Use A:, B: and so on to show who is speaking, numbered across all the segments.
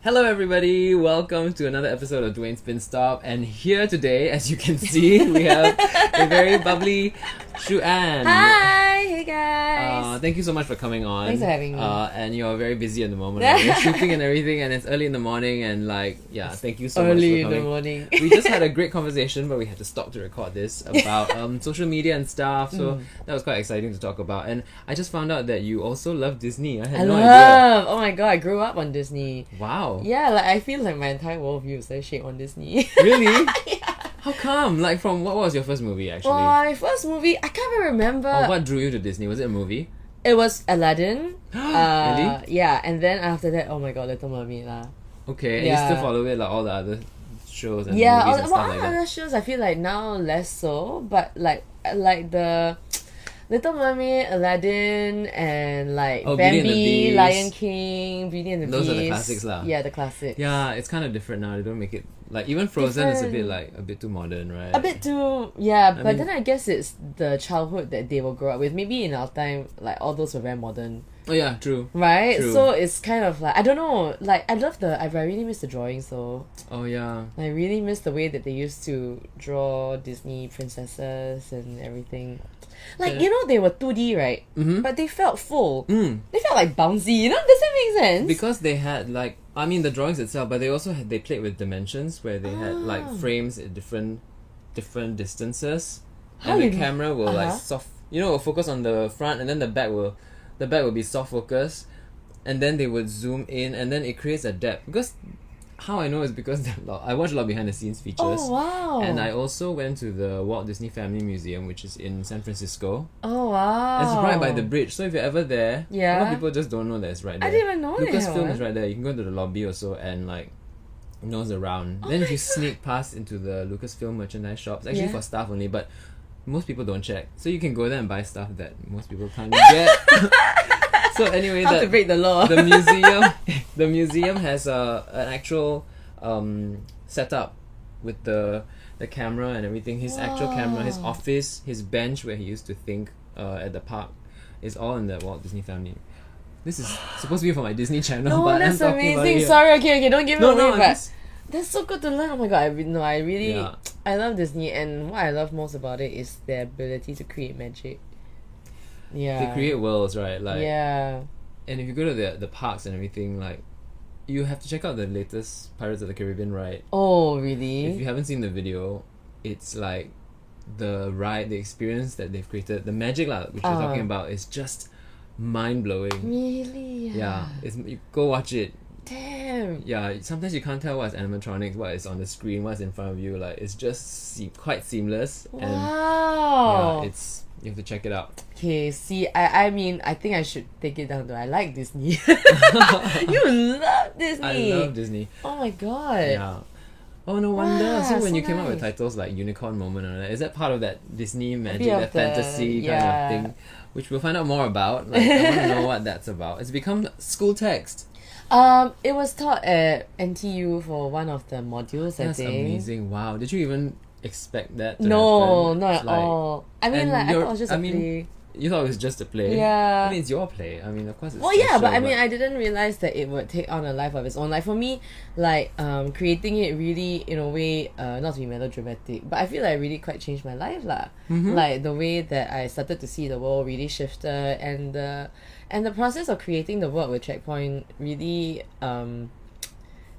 A: Hello, everybody. Welcome to another episode of Dwayne's Spin Stop. And here today, as you can see, we have a very bubbly Shu Ann.
B: Hi, hey
A: Uh,
B: guys.
A: thank you so much for coming on.
B: Thanks for having me.
A: Uh, and you're very busy at the moment, right? You're shooting and everything, and it's early in the morning. And like, yeah, thank you so much
B: Early in
A: for
B: the
A: coming.
B: morning.
A: we just had a great conversation, but we had to stop to record this about um, social media and stuff. So
B: Mm.
A: that was quite exciting to talk about. And I just found out that you also love Disney. I had
B: I
A: no idea.
B: love. Oh my god, I grew up on Disney.
A: Wow.
B: Yeah, like I feel like my entire worldview is like shaped on Disney.
A: Really?
B: yeah.
A: How come? Like, from what was your first movie actually?
B: Well, my first movie, I can't even remember.
A: or Oh, what drew you to Disney? Was it a movie?
B: It was Aladdin. Uh,
A: really?
B: Yeah, and then after that, oh my god, Little Mermaid lah.
A: Okay, and you
B: yeah.
A: still follow it like all the other shows and
B: yeah, all,
A: movies and
B: well,
A: stuff
B: all
A: like that.
B: other shows I feel like now less so, but like like the Little Mermaid, Aladdin, and like
A: Oh, Beauty and
B: Bambi,
A: the Beast.
B: Lion King, Beauty and the
A: Those
B: Beast.
A: are the classics lah.
B: Yeah, the classics.
A: Yeah, it's kind of different now. They don't make it like even Frozen is a bit
B: Different.
A: like a bit too modern, right?
B: A bit too, yeah, but
A: mean-
B: then I guess it's the childhood that they will grow up with. Maybe in our time, like all those were very modern,
A: Oh yeah, true.
B: right?
A: True.
B: So it's kind of like I don't know. Like I love the I really miss the drawings though.
A: Oh yeah.
B: I really miss the way that they used to draw Disney princesses and everything. Like
A: Yeah.
B: you know, they were two D, right?
A: Mhm.
B: But they felt full.
A: Mm.
B: They felt like bouncy. You know, does that make sense?
A: Because they had like I mean the drawings itself, but they also had they played with dimensions where they had like
B: Ah.
A: frames at different different distances.
B: How
A: and the
B: you-
A: camera will like
B: Uh-huh.
A: soft you know, will focus on the front and then the back will the back will be soft focus and then they would zoom in and then it creates a depth. Because how I know is because there are a lot- I watch a lot of behind the scenes features.
B: oh wow!
A: And I also went to the Walt Disney Family Museum, which is in San Francisco.
B: oh wow!
A: It's right by the bridge, so if you're ever there, a lot of
B: Yeah.
A: people just don't know that it's right there.
B: I didn't even know they had
A: Lucasfilm
B: one.
A: is right there. You can go to the lobby or so and like nose around.
B: Oh
A: then
B: my
A: if you
B: God.
A: sneak past into the Lucasfilm merchandise shops, actually
B: Yeah.
A: for staff only, but most people don't check, so you can go there and buy stuff that most people can't get. so anyway,
B: How
A: that,
B: to break the law?
A: the museum the museum has a an actual um setup with the the camera and everything his actual camera his
B: Wow.
A: office his bench where he used to think uh, at the park is all in the Walt Disney family this is supposed to be for my Disney channel
B: no,
A: but
B: that's
A: I'm talking about it
B: amazing.
A: here.
B: Sorry, okay, okay, don't give
A: no
B: it away.
A: no I'm
B: but
A: just-
B: that's so good to learn. Oh my god, I re- no, I really,
A: Yeah.
B: I love Disney, and what I love most about it is their ability to create magic. Yeah,
A: they create worlds right like
B: yeah.
A: and if you go to the the parks and everything like you have to check out the latest Pirates of the Caribbean ride
B: Oh
A: If you
B: really?
A: haven't seen the video, it's like the ride, the experience that they've created, the magic lah, which we're
B: Ah.
A: talking about, is just mind blowing.
B: Really?
A: Yeah, it's, you go watch it.
B: Damn.
A: Yeah, sometimes you can't tell what's animatronics, what is on the screen, what's in front of you. Like it's just se- quite seamless, and
B: Wow.
A: yeah, it's you have to check it out.
B: okay. See, I I mean, I think I should take it down. though. I like Disney. you love
A: I
B: Disney.
A: love Disney.
B: oh my god.
A: Yeah. Oh no wonder.
B: Wow,
A: so when
B: Ah, so
A: you came up with
B: nice.
A: titles like Unicorn Moment and all that, is that part of that Disney magic,
B: bit of
A: that
B: the-
A: fantasy
B: yeah.
A: kind of thing? Which we'll find out more about. Like I wanna know what that's about. It's become school text.
B: Um, it was taught at NTU for one of the modules. I
A: That's
B: think.
A: amazing. Wow. Did you even expect that to
B: No,
A: happen?
B: not
A: It's
B: at
A: like-
B: all. I mean,
A: and
B: like I thought
A: you're-
B: it was just
A: I
B: a
A: mean,
B: play.
A: You thought it was just a play.
B: Yeah.
A: I mean it's your play. I mean of course it's
B: Well, yeah,
A: special,
B: but I mean, I didn't realize that it would take on a life of its own. Like for me, like um, creating it really in a way, uh, not to be melodramatic, but I feel like it really quite changed my life, lah.
A: Mm-hmm.
B: Like the way that I started to see the world really shifted, and the and the process of creating the work with Checkpoint really um,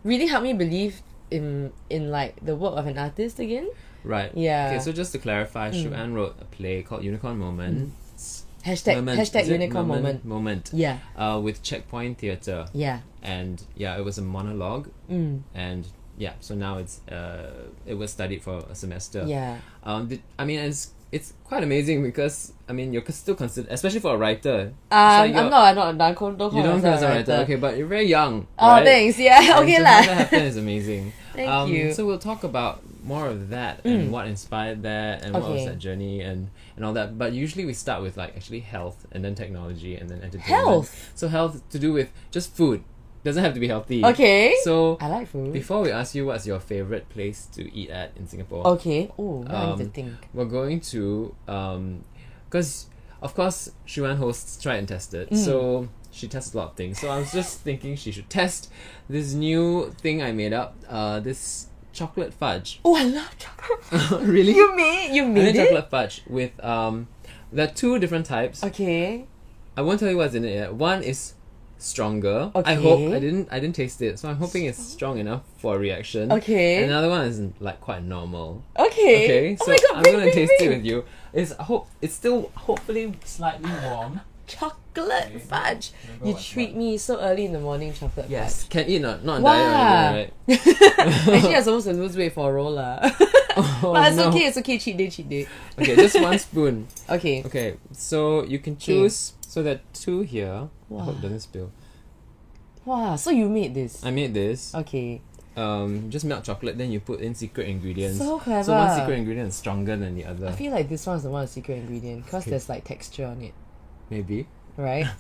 B: really helped me believe in in like the work of an artist again.
A: Right.
B: Yeah. Mm.
A: Okay, so just to clarify, Shu Ann wrote a play called Unicorn Moment.
B: Hashtag
A: Moment.
B: hashtag
A: Is it
B: unicorn moment.
A: Moment.
B: Yeah,
A: Uh, with Checkpoint Theatre.
B: yeah.
A: and yeah, it was a monologue,
B: Mm.
A: and yeah, so now it's uh, it was studied for a semester.
B: Yeah.
A: Um, did, I mean, it's it's quite amazing because I mean you're still considered, especially for a writer. it's
B: Um,
A: like you're-
B: I'm not. I'm not. Don't call, don't call
A: You don't feel as
B: myself
A: a writer, okay, but you're very young.
B: Oh,
A: right?
B: thanks. Yeah.
A: And
B: Okay
A: to
B: lah.
A: have That happen is amazing.
B: Thank
A: um,
B: you. Mm.
A: So we'll talk about more of that and what inspired that and what was
B: Okay.
A: that journey and and all that. But usually we start with like actually health and then technology and then entertainment.
B: Health?
A: So health to do with just food. Doesn't have to be healthy.
B: Okay.
A: So
B: I like food.
A: before we ask you what's your favorite place to eat at in Singapore,
B: okay. Oh, now I need
A: Um,
B: to think.
A: we're going
B: Mm.
A: to um because of course Shuan hosts Try and Tested. So She tests a lot of things. So I was just thinking she should test this new thing I made up. Uh, this chocolate fudge.
B: Oh, I love chocolate.
A: really?
B: you made you
A: I made
B: made it.
A: chocolate fudge with um, there are two different types.
B: Okay.
A: I won't tell you what's in it yet. One is stronger. I hope
B: Okay.
A: I didn't I didn't taste it, so I'm hoping it's strong enough for a reaction.
B: Okay.
A: Another one is like quite normal.
B: Okay.
A: Okay,
B: oh
A: so
B: my god,
A: I'm
B: bring,
A: gonna
B: bring,
A: taste
B: bring.
A: it with you. It's hope it's still hopefully slightly warm.
B: chocolate
A: Okay.
B: fudge.
A: Remember
B: You
A: what's
B: treat
A: what.
B: me so early in the morning, chocolate
A: Yes,
B: fudge.
A: can eat not not on
B: Wow.
A: diet or anything,
B: Actually, I'm supposed to lose weight for a roll, lah.
A: right? Oh,
B: but it's
A: no.
B: okay, it's okay, cheat day, cheat day.
A: Okay, just one spoon.
B: Okay.
A: Okay, so you can choose. So there are two here. I hope
B: Wow.
A: it doesn't spill.
B: Wow, so you made this.
A: I made this.
B: Okay.
A: Um, just melt chocolate, then you put in secret ingredients.
B: So clever.
A: So one secret ingredient is stronger than the other.
B: I feel like this one's the one with secret ingredient because
A: Okay.
B: there's like texture on it,
A: Maybe.
B: right?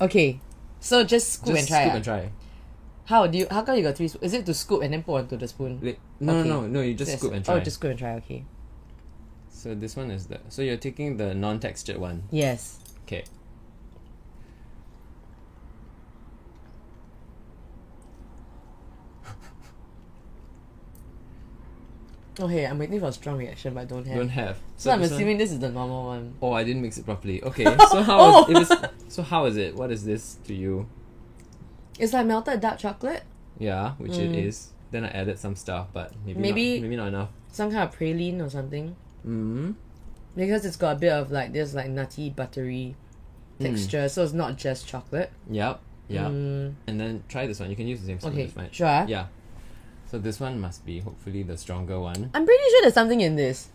B: okay. So just scoop
A: Just
B: and try.
A: scoop
B: ah?
A: and try.
B: How do you? How come you got three? Sp- is it to scoop and then put onto the spoon?
A: Li- No,
B: Okay.
A: no, no, no. You just
B: Yes.
A: scoop and try.
B: Oh, just scoop and try. Okay.
A: So this one is the. So you're taking the non-textured one.
B: Yes.
A: Okay.
B: Okay, Oh, I'm waiting for a strong reaction, but I don't have.
A: Don't have.
B: so I'm
A: this one-
B: assuming this is the normal one.
A: Oh, I didn't mix it properly. Okay, so how
B: Oh.
A: is, it is so how is it? What is this to you?
B: It's like melted dark chocolate,
A: Yeah, which it is. Then I added some stuff, but maybe maybe
B: Mm. Maybe-
A: not, maybe not enough.
B: some kind of praline or something,
A: Mm.
B: because it's got a bit of like this like nutty buttery
A: Hmm.
B: texture. So it's not just chocolate.
A: Yep. Yeah.
B: Mm,
A: And then try this one. You can use the same spoon.
B: okay.
A: it's fine.
B: Sure. ah?
A: Yeah. So this one must be hopefully the stronger one.
B: I'm pretty sure there's something in this.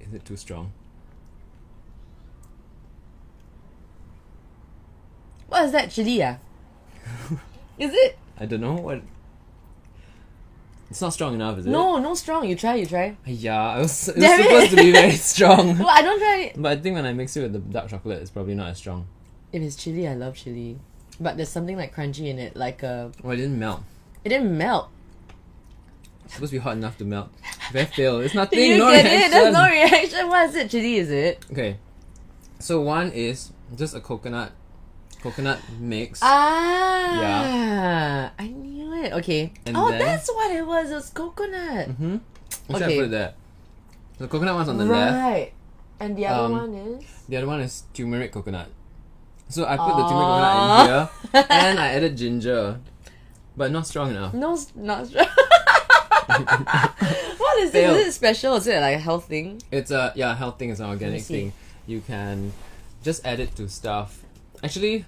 A: Is it too strong?
B: What is that? Chili? Ah. is it?
A: I don't know what. It's not strong enough, is it?
B: No, no strong. You try, you try.
A: Yeah, I was, it was
B: Damn it.
A: supposed to be very strong.
B: Well, I don't try it.
A: But I think when I mix it with the dark chocolate, it's probably not as strong.
B: If it's chili, I love chili. But there's something like crunchy in it, like uh,
A: Well, it didn't melt.
B: it didn't melt.
A: It's supposed to be hot enough to melt. Very fail. It's nothing.
B: Did you
A: no
B: get
A: reaction.
B: it? There's no reaction. What is it? Chili? Is it?
A: Okay, so one is just a coconut, coconut mix.
B: Ah. I knew it. Okay.
A: And
B: oh,
A: then-
B: that's what it was. It was coconut.
A: hmm Which I
B: okay.
A: put it there. The coconut one's on the left.
B: Right. And the other
A: Um,
B: one is.
A: The other one is turmeric coconut. So I put the turmeric coconut in here, and I added ginger, but not strong enough.
B: No, s- not sure. what is
A: Fail.
B: this? Is it special? Is it like a health thing?
A: It's a yeah health thing. It's an organic
B: see.
A: thing. You can just add it to stuff. Actually,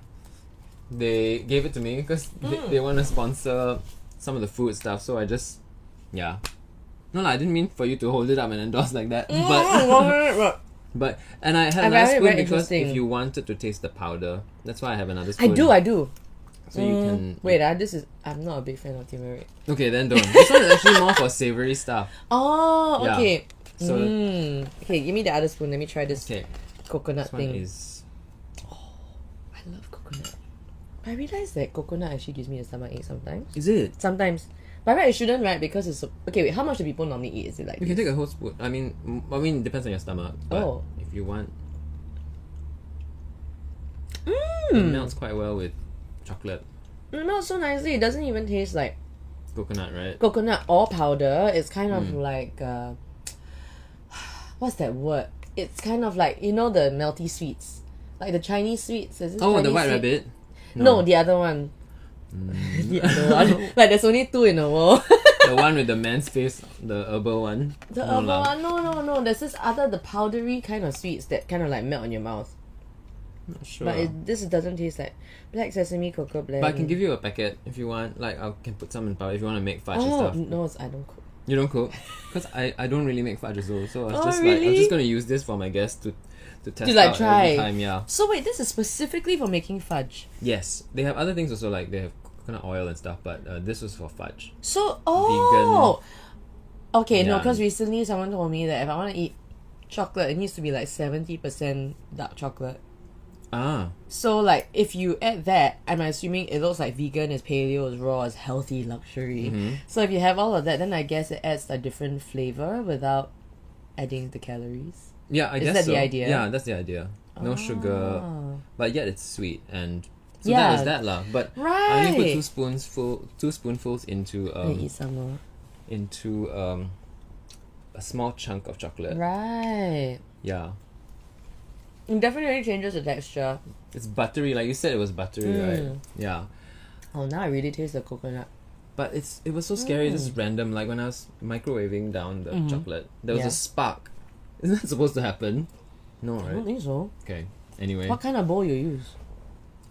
A: they gave it to me because
B: Hmm.
A: they, they want to sponsor some of the food stuff. So I just yeah. No, lah, I didn't mean for you to hold it up and endorse like that. But but and I had
B: I
A: another
B: found it
A: spoon
B: very
A: because if
B: interesting.
A: you wanted to taste the powder, that's why I have another
B: I
A: spoon.
B: do, I do.
A: So you can
B: Wait, ah, this is. I'm not a big fan of turmeric.
A: Okay, then don't. This one is actually more for savory stuff.
B: Oh,
A: Yeah.
B: okay.
A: So
B: Mm. Okay, give me the other spoon. Let me try this
A: okay,
B: coconut
A: this one
B: thing.
A: is
B: I love coconut. But I realize that coconut actually gives me a stomach ache sometimes.
A: is it?
B: Sometimes. But right, it shouldn't, right? Because it's. Okay, wait, how much do people normally eat? Is it like.
A: You can take a whole spoon. I mean, m- I mean, it depends on your stomach. But
B: Oh.
A: if you want, it
B: Mmm!
A: melts quite well with chocolate,
B: It melts so nicely. It doesn't even taste like
A: coconut, right?
B: coconut or powder. It's kind of
A: Mm.
B: like. Uh, what's that word? It's kind of like, you know, the melty sweets. Like the Chinese sweets. Is this
A: Oh, the
B: Chinese
A: white
B: sweet-
A: rabbit.
B: No, the other one. the other one. like there's only two in the world.
A: the one with the man's face, the herbal one.
B: the
A: No
B: other
A: lah.
B: one, no, no, no. There's this other, the powdery kind of sweets that kind of like melt in your mouth.
A: Not Sure.
B: But it, this doesn't taste like black sesame cocoa blend.
A: But I can give you a packet if you want. Like I can put some in powder if you want to make fudge and
B: Oh
A: stuff.
B: no, it's, I don't cook.
A: You don't cook, because I, I don't really make fudge as well. So I was
B: Oh,
A: just like I was
B: really?
A: just gonna use this for my guests to to test
B: like,
A: out
B: try.
A: every time. Yeah.
B: So wait, this is specifically for making fudge.
A: Yes, they have other things also like they have coconut oil and stuff. But uh, this was for fudge.
B: So oh, okay, no,
A: Yeah.
B: because recently someone told me that if I want to eat chocolate, it needs to be like seventy percent dark chocolate.
A: Ah.
B: So like if you add that, I'm assuming it looks like vegan is paleo is raw is healthy luxury.
A: Mm-hmm.
B: So if you have all of that, then I guess it adds a different flavor without adding the calories.
A: Yeah, I
B: Is
A: guess
B: that the
A: so.
B: idea? Ah.
A: Yeah, that's the idea. No sugar,
B: Oh.
A: but yet it's sweet and so
B: Yeah.
A: that is that lah. But I only put two
B: Ah, Right.
A: spoons full, two spoonfuls into
B: Let me
A: um
B: eat some more.
A: into um a small chunk of chocolate.
B: Right.
A: Yeah,
B: It definitely changes the texture.
A: it's buttery. Like you said, it was buttery,
B: Mm.
A: right? Yeah,
B: Oh, now I really taste the coconut.
A: but it's it was so
B: Mm.
A: scary. Just random. Like when I was microwaving down the chocolate, there was
B: Mm-hmm.
A: a
B: Yeah.
A: spark. Isn't that supposed to happen? No,
B: I don't
A: right?
B: think so.
A: Okay. Anyway,
B: What kind of bowl you use?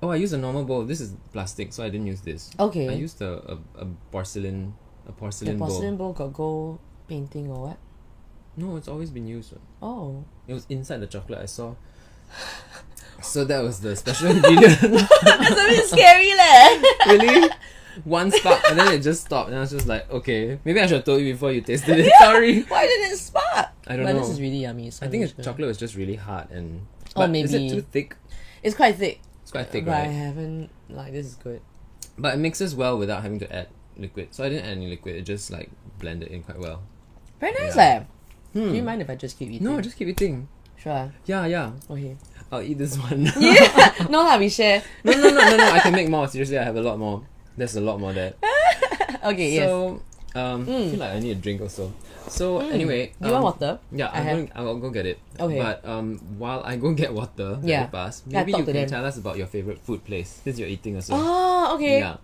A: oh, I used a normal bowl. This is plastic, so I didn't use this.
B: Okay.
A: I used a, a, a porcelain a
B: the
A: porcelain,
B: porcelain
A: bowl.
B: bowl got gold painting or what?
A: No, it's always been used.
B: Oh.
A: It was inside the chocolate I saw. so that was the special ingredient.
B: That's a bit scary leh.
A: really? One spark and then it just stopped and I was just like, okay, maybe I should have told you before you tasted it. Sorry.
B: Why didn't it spark?
A: I don't
B: but
A: know.
B: this is really yummy. So
A: I
B: I'm
A: think
B: just
A: the
B: gonna-
A: chocolate was just really hard and
B: Oh,
A: but is it
B: maybe.
A: too thick?
B: It's quite thick.
A: It's quite thick,
B: but I
A: right?
B: haven't like this is good.
A: But it mixes well without having to add liquid. So I didn't add any liquid, it just like blended in quite well.
B: Very nice
A: Yeah. Hmm.
B: leh. Do you mind if I just keep eating?
A: No, just keep eating.
B: sure.
A: Yeah, yeah.
B: Okay.
A: I'll eat this one.
B: Yeah. no lah, we share.
A: no, no, no, no, no. I can make more. Seriously, I have a lot more. There's a lot more there.
B: Okay. yes.
A: So, um, I feel like I need a drink also. So, anyway.
B: mm. Do you
A: um,
B: want water?
A: Yeah,
B: I
A: I'm
B: have-
A: going, I'll go get it.
B: Okay.
A: But um, while I go get water,
B: Yeah.
A: yeah. pass,
B: Yeah,
A: maybe
B: talk
A: you
B: to
A: can
B: them.
A: tell us about your favorite food place since you're eating also.
B: Oh, okay.
A: Yeah.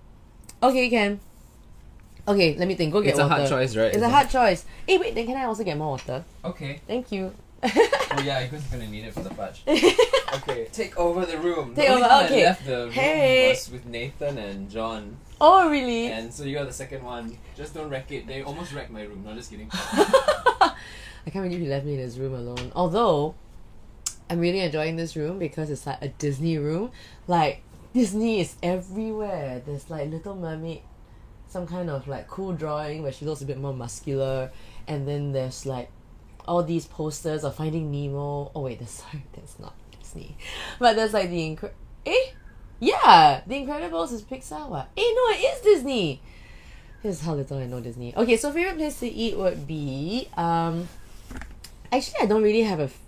B: Okay, can. Okay, let me think. Go get
A: It's a
B: water.
A: hard choice, right?
B: It's, a hard choice. Hey, wait. Then can I also get more water?
A: Okay.
B: Thank you.
A: Oh, yeah, because you're going to need it for the fudge. okay. Take over the room.
B: Take
A: the only
B: over,
A: time
B: okay.
A: I left the room
B: Hey.
A: was with Nathan and John.
B: oh, really?
A: And so you're the second one. Just don't wreck it. They almost wrecked my room. No, just kidding.
B: I can't believe he left me in his room alone. Although, I'm really enjoying this room because it's like a Disney room. Like, Disney is everywhere. There's like Little Mermaid, some kind of like cool drawing where she looks a bit more muscular. And then there's like all these posters of Finding Nemo. Oh, wait, that's, sorry, that's not Disney. But there's like the Incredibles. Eh? Yeah, The Incredibles is Pixar, what? Eh, no, it is Disney! This is how little I know Disney. Okay, so favorite place to eat would be um actually I don't really have a f-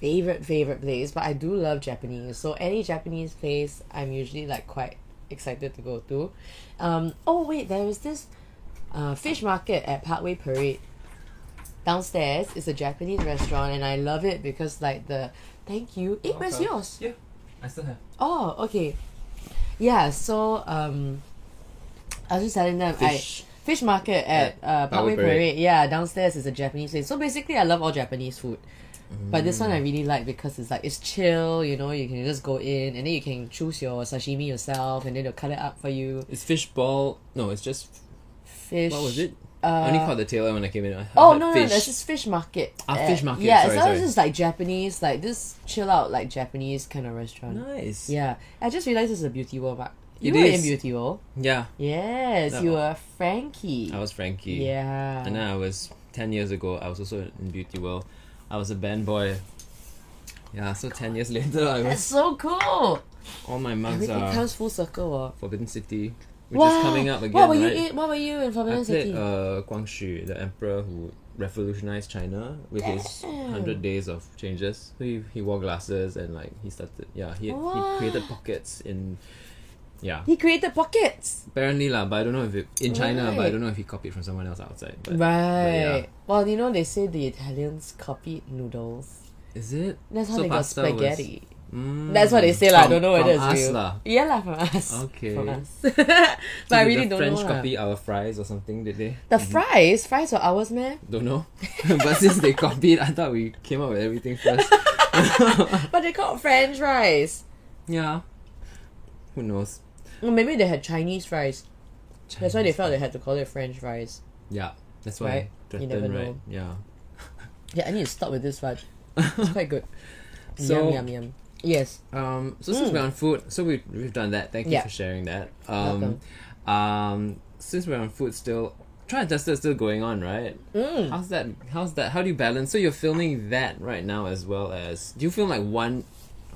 B: favorite favorite place, but I do love Japanese. So any Japanese place I'm usually like quite excited to go to. Um oh wait, there is this uh, fish market at Parkway Parade. Downstairs is a Japanese restaurant and I love it because like the thank you. Eh, where's
A: Okay.
B: yours?
A: Yeah, I still have.
B: Oh, okay. Yeah, so um I was just telling them
A: Fish.
B: I fish market at uh Parkway Parade. Yeah, downstairs is a Japanese place. So basically I love all Japanese food. But this one I really like because it's like it's chill, you know, you can just go in and then you can choose your sashimi yourself and then they'll cut it up for you.
A: It's fish ball. No, it's just.
B: Fish
A: What was it? I only
B: Uh,
A: caught the tail end when I came in. I
B: Oh
A: heard
B: no, no, no,
A: fish.
B: this is fish market.
A: Ah,
B: at-
A: fish market,
B: Yeah,
A: sorry,
B: it's not
A: sorry.
B: just like Japanese, like this chill out like Japanese kind of restaurant.
A: nice.
B: Yeah, I just realized this is a beauty world, Mark. You
A: It
B: were in
A: is.
B: beauty world.
A: Yeah,
B: Yes,
A: No.
B: you were Frankie.
A: I was Frankie.
B: yeah.
A: And then I was ten years ago. I was also in Beauty World. I was a band boy. Yeah, so ten years later, I
B: That's
A: was.
B: so cool.
A: All my mugs
B: Everything
A: are
B: comes full circle. Oh.
A: Forbidden City, which
B: Wow.
A: is uh, coming up again,
B: What were you
A: right?
B: in? What were you in
A: I
B: Forbidden
A: played
B: City?
A: uh, Guang Xu, the emperor who revolutionized China with his
B: Damn.
A: hundred days of changes. So he, he wore glasses and like he started yeah he, he created
B: Wow.
A: pockets in yeah
B: he created pockets.
A: apparently lah but I don't know if it in China but I
B: Right.
A: don't know if he copied from someone else outside. But,
B: Right. Well, you know they say the Italians copied noodles.
A: is it?
B: That's how
A: So
B: they got
A: pasta was-
B: spaghetti.
A: Mm,
B: That's what they say lah. I
A: from-
B: don't know whether
A: from us
B: it's real.
A: lah.
B: Yeah lah, from us.
A: Okay.
B: From us. but
A: So
B: I
A: did
B: really
A: the
B: don't
A: French
B: know. lah.
A: copy our fries or something? Did they?
B: The fries, fries were ours, man.
A: Don't know. but since they copied, I thought we came up with everything first.
B: But they called French fries.
A: yeah. Who knows?
B: Well, maybe they had Chinese fries. That's why they
A: Chinese
B: felt they had to call it French fries.
A: Yeah, that's why.
B: Right? You
A: Threaten,
B: never
A: right?
B: know.
A: Yeah.
B: Yeah, I need to stop with this fudge. It's quite good.
A: So-
B: yum yum yum. Yes.
A: Um. So since
B: Mm.
A: we're on food, so we we've done that. Thank you
B: Yeah.
A: for sharing that. Um,
B: Welcome.
A: um. Since we're on food, still try and test is still going on, right?
B: Mm.
A: How's that? How's that? How do you balance? So you're filming that right now as well as do you film like one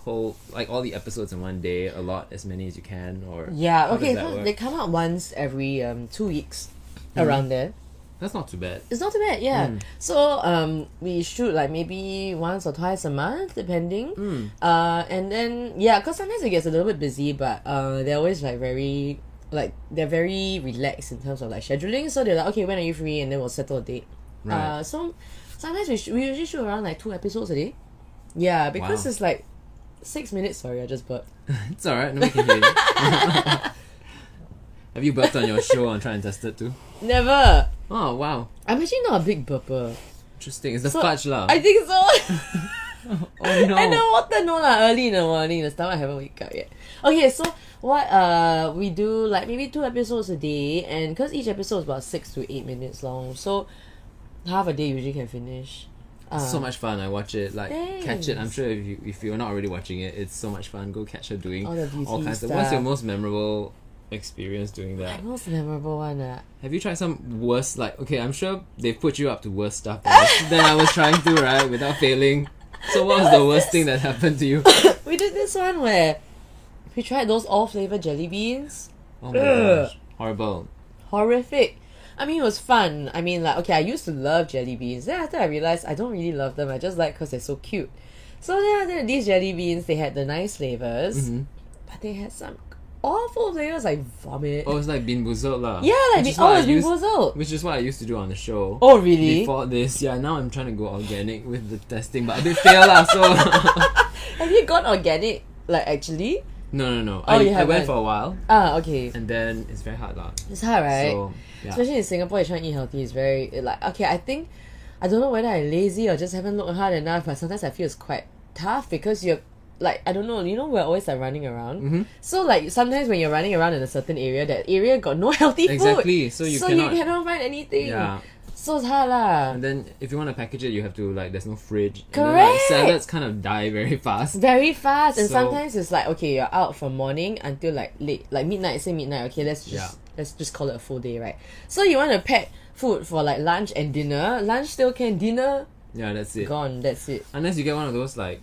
A: whole like all the episodes in one day, a lot as many as you can, or how
B: Yeah,
A: does
B: okay,
A: that
B: so
A: work? Mm-hmm.
B: they come out once every um, two weeks around there.
A: that's not too bad.
B: It's not too bad, yeah.
A: Mm.
B: So um, we shoot like maybe once or twice a month, depending.
A: Mm.
B: Uh, and then yeah, because sometimes it gets a little bit busy, but uh, they're always like very like they're very relaxed in terms of like scheduling. So they're like, okay, when are you free? And then we'll settle a date.
A: Right.
B: Uh, so sometimes we, sh- we usually shoot around like two episodes a day. Yeah, because
A: Wow.
B: it's like six minutes. Sorry, I just burped.
A: It's alright, nobody can hear you. Have you burped on your show and try and test it too?
B: Never.
A: Oh wow.
B: I'm actually not a big burper.
A: Oh. Interesting. It's the
B: So,
A: fudge lah.
B: I think so.
A: oh no.
B: And the water no lah. Early in the morning, the stomach haven't wake up yet. Okay, so what uh we do like maybe two episodes a day, and because each episode is about six to eight minutes long, so half a day usually can finish. Uh,
A: so much fun. I watch it. Like catch it. I'm
B: Thanks.
A: sure if you if you're not already watching it, it's so much fun. Go catch her doing
B: All the beauty
A: all kinds of. What's your
B: stuff.
A: most memorable experience doing that?
B: most memorable one uh,
A: Have you tried some worse? Like okay, I'm sure they put you up to worse stuff than I- than I was trying to right without failing. So what was the worst thing that happened to you?
B: we did this one where we tried those all flavored jelly beans.
A: Oh my
B: Ugh.
A: gosh, horrible.
B: horrific. I mean, it was fun. I mean, like, okay, I used to love jelly beans. Then after I realized I don't really love them. I just like because they're so cute. So then after that, these jelly beans, they had the nice flavors,
A: Mhm.
B: but they had some awful flavors like vomit.
A: Oh, it's like bean boozled lah.
B: yeah, like
A: Which is
B: be-
A: what I
B: oh, it's been
A: used-
B: puzzled.
A: Which is what I used to do on the show.
B: Oh, really?
A: Before this, yeah. Now I'm trying to go organic with the testing, but a bit fail lah. So.
B: Have you gone organic? Like actually?
A: No, no, no.
B: Oh,
A: I,
B: you
A: I went
B: haven't.
A: for a while,
B: Ah, okay.
A: and then it's very hard, lah.
B: It's hard, right?
A: So, yeah.
B: Especially in Singapore, you're trying to eat healthy. It's very it like okay. I think I don't know whether I'm lazy or just haven't looked hard enough. But sometimes I feel it's quite tough because you're like I don't know. You know, we're always like running around.
A: Mm-hmm.
B: So like sometimes when you're running around in a certain area, that area got no healthy
A: Exactly,
B: food.
A: so you cannot-
B: find anything.
A: yeah.
B: So it's hard lah.
A: And then if you want to package it, you have to like there's no fridge.
B: Correct.
A: And then, like, salads kind of die very fast.
B: Very fast, and
A: So-
B: sometimes it's like okay, you're out from morning until like late, like midnight. Say midnight, okay. Let's just
A: Yeah.
B: let's just call it a full day, right? So you want to pack food for like lunch and dinner. Lunch still can, dinner
A: Yeah, that's it.
B: gone. That's it.
A: Unless you get one of those like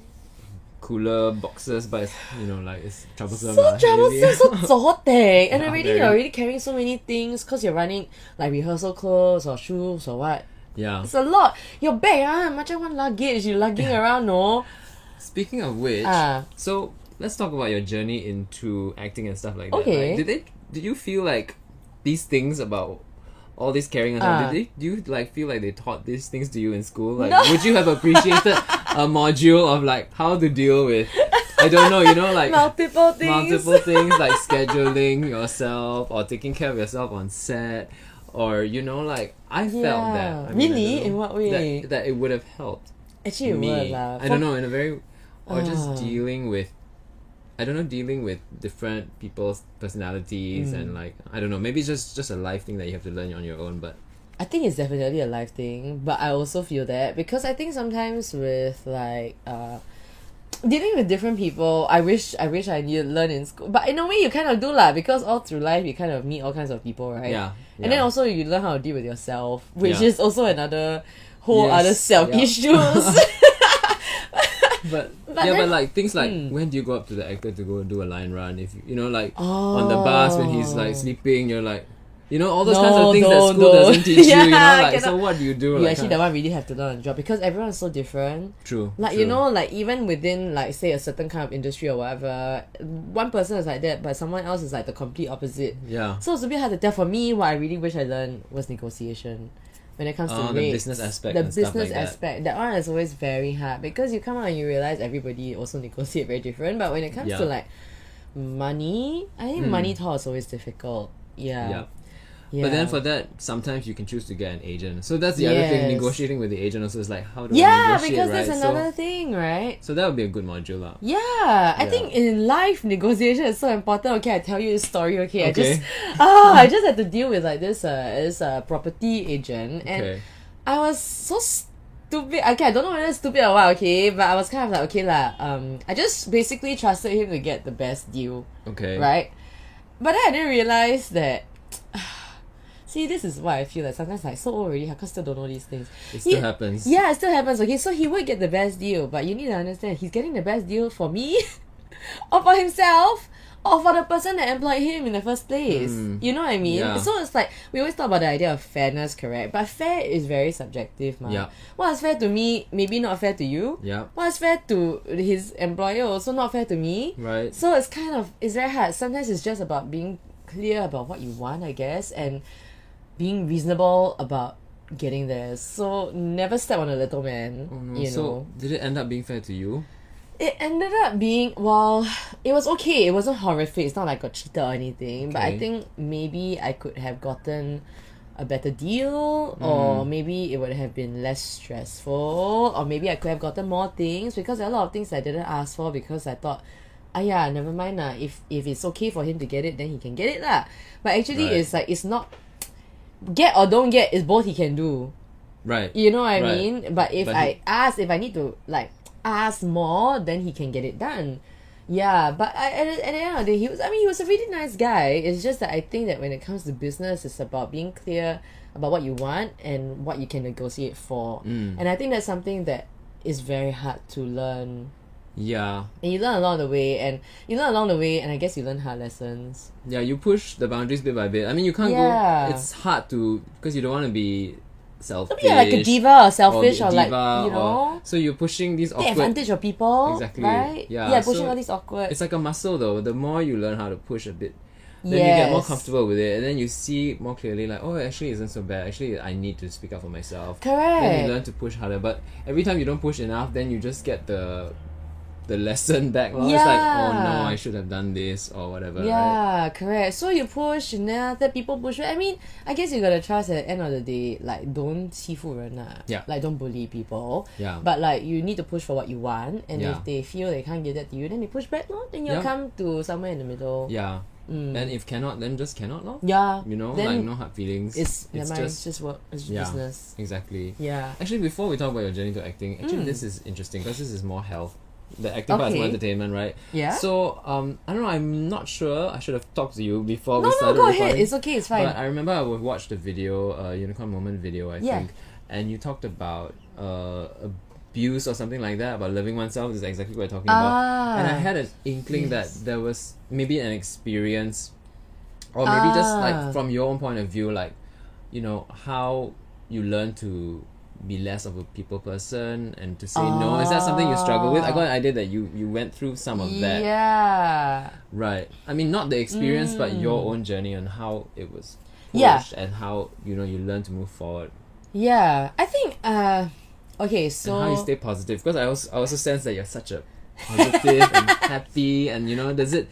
A: cooler boxes, but it's you know like it's troublesome.
B: So
A: lah,
B: troublesome,
A: really.
B: so zohoteng. And
A: Yeah,
B: already
A: very.
B: you're already carrying so many things because you're running like rehearsal clothes or shoes or what.
A: yeah.
B: It's a lot. Your bag, ah, macam one luggage you lugging around, no?
A: Speaking of which,
B: Ah.
A: so let's talk about your journey into acting and stuff like that. Like,
B: Okay.
A: did they? Did you feel like these things about all this carrying and stuff?
B: Ah.
A: Did they? Do you like feel like they taught these things to you in school? Like,
B: No.
A: would you have appreciated a module of like how to deal with? I don't know. You know, like.
B: Multiple things.
A: Multiple things like scheduling yourself or taking care of yourself on set, or you know, like I felt that.
B: Yeah.
A: I mean, I
B: Really?
A: don't
B: In
A: know,
B: what way?
A: That, that it would have helped
B: Actually, it
A: me.
B: would lah.
A: I
B: For-
A: don't know, in a very or just
B: Ah.
A: dealing with I don't know, dealing with different people's personalities
B: Mm.
A: and like I don't know, maybe it's just just a life thing that you have to learn on your own, but
B: I think it's definitely a life thing, but I also feel that because I think sometimes with like uh dealing with different people, I wish I wish I knew learn in school. But in a way you kind of do lah because all through life you kind of meet all kinds of people, right?
A: Yeah,
B: And then
A: yeah.
B: also you learn how to deal with yourself, which
A: Yeah.
B: is also another whole
A: Yes,
B: other self
A: yeah.
B: issues.
A: but, yeah,
B: But
A: but
B: then-
A: like things like
B: Mm.
A: when do you go up to the actor to go and do a line run if you, you know like on the bus when he's like
B: Oh.
A: sleeping, you're like you know all those
B: No,
A: kinds of things that
B: don't,
A: school
B: don't.
A: doesn't teach you. You know,
B: Yeah,
A: like so
B: cannot.
A: what do you do?
B: you
A: like,
B: actually
A: kinda-
B: that one really have to learn on the job because everyone's so different.
A: True.
B: Like you
A: true.
B: know, like even within like say a certain kind of industry or whatever, one person is like that, but someone else is like the complete opposite.
A: Yeah.
B: So it's a bit hard to tell. For me, what I really wish I learned was negotiation. When it comes
A: Oh,
B: to
A: the
B: rates,
A: business aspect
B: the
A: and stuff
B: business
A: like that.
B: aspect, that. one is always very hard because you come out and you realize everybody also negotiate very different. But when it comes
A: Yeah.
B: to like money, I think money talk is always difficult. Yeah.
A: Yeah.
B: Yeah.
A: But then for that, sometimes you can choose to get an agent. So that's the other thing.
B: Yes.
A: Negotiating with the agent also is like how do I
B: yeah,
A: negotiate,
B: because
A: right?
B: that's
A: So-
B: another thing, right?
A: So that would be a good module, lah.
B: Yeah, I
A: Yeah.
B: think in life negotiation is so important. Okay, I tell you a story. Okay, I
A: Okay.
B: just ah, I just had to deal with like this uh this uh property agent, and
A: Okay.
B: I was so stupid. Okay, I don't know whether it's stupid or what. Okay, but I was kind of like okay lah. Um, I just basically trusted him to get the best deal,
A: Okay.
B: right? But then I didn't realize that See, this is why I feel like sometimes like so old already, how come still don't know these things?
A: It still
B: He-
A: happens.
B: Yeah, it still happens. Okay, so he would get the best deal, but you need to understand he's getting the best deal for me, or for himself, or for the person that employed him in the first place.
A: Mm.
B: You know what I mean?
A: Yeah.
B: So it's like we always talk about the idea of fairness, correct? But fair is very subjective, man.
A: Yeah.
B: What is fair to me, maybe not fair to you.
A: Yeah.
B: What is fair to his employer, also not fair to me.
A: Right.
B: So it's kind of it's very hard. Sometimes it's just about being clear about what you want, I guess, and being reasonable about getting there. So never step on a little man.
A: Oh no.
B: You
A: so
B: know.
A: did it end up being fair to you?
B: It ended up being well, it was okay. It wasn't horrific. It's not like I got cheated or anything. But I
A: Okay.
B: think maybe I could have gotten a better
A: Mm.
B: deal or maybe it would have been less stressful or maybe I could have gotten more things because there are a lot of things I didn't ask for because I thought ah yeah, never mind lah. If if it's okay for him to get it then he can get it lah. But actually
A: Right.
B: it's like it's not get or don't get is both he can do.
A: Right.
B: You know what I
A: Right.
B: mean? But if
A: But he-
B: I ask, if I need to like ask more, then he can get it done. Yeah, but I, at, the- at the end of the day, he was. I mean, he was a really nice guy. It's just that I think that when it comes to business, it's about being clear about what you want and what you can negotiate for.
A: Mm.
B: And I think that's something that is very hard to learn.
A: Yeah.
B: And you learn along the way, and you learn along the way, and I guess you learn hard lessons.
A: Yeah. You push the boundaries bit by bit. I mean, you can't
B: Yeah.
A: go. It's hard to because you don't want to be selfish.
B: Yeah, like a diva
A: Or
B: or
A: be
B: selfish
A: a
B: or, like
A: diva
B: you
A: or-
B: know,
A: so you're pushing these
B: take
A: awkward.
B: advantage of people.
A: Exactly.
B: Right.
A: Yeah,
B: Yeah, pushing
A: so
B: all these awkward.
A: It's like a muscle though. The more you learn how to push a bit, then
B: yes.
A: you get more comfortable with it, and then you see more clearly like, oh, it actually isn't so bad. Actually, I need to speak up for myself. Then you
B: Correct.
A: learn to push harder. But every time you don't push enough, then you just get the the lesson back. lor. It's like, oh
B: Yeah.
A: no, I should have done this or whatever. Right?
B: Yeah, correct. So you push, and then after people push. you. I mean, I guess you gotta trust at the end of the day, like don't 欺负人
A: Yeah.
B: Like don't bully people.
A: Yeah.
B: But like you need to push for what you want, and
A: Yeah.
B: if they feel they can't give that to you, then they push back. No, then you'll
A: Yeah.
B: come to somewhere in the middle.
A: Yeah.
B: Mm.
A: And if cannot, then just cannot, lor.
B: Yeah.
A: You know, like
B: then
A: no hard feelings.
B: it's, never mind, it's
A: just
B: just work, it's just
A: Yeah.
B: business.
A: exactly.
B: Yeah.
A: Actually, before we talk about your journey to acting, actually, this is interesting because this is more health. The acting part is more
B: Hmm. Okay.
A: entertainment, right?
B: Yeah.
A: So, um, I don't know. I'm not sure. I should have talked to you before we
B: no, no,
A: started
B: go
A: recording.
B: ahead. It's okay. It's fine.
A: But I remember I would watch the video, uh, Unicorn Moment video, I
B: Yeah.
A: think, and you talked about uh, abuse or something like that, about loving oneself is exactly what you're talking about.
B: ah.
A: And I had an inkling that there was maybe an experience, or maybe just
B: Ah.
A: like from your own point of view, like, you know, how you learn to be less of a people person and to say no. Is that something you struggle with? I got an idea that you, you went through some of that.
B: Yeah.
A: Right. I mean, not the experience, but your own journey and how it was pushed
B: Mm. Yeah.
A: and how you know you learn to move forward
B: Yeah. I think. Uh. Okay. So.
A: and how you stay positive. Because I also I also sense that you're such a positive and happy, and you know, does it?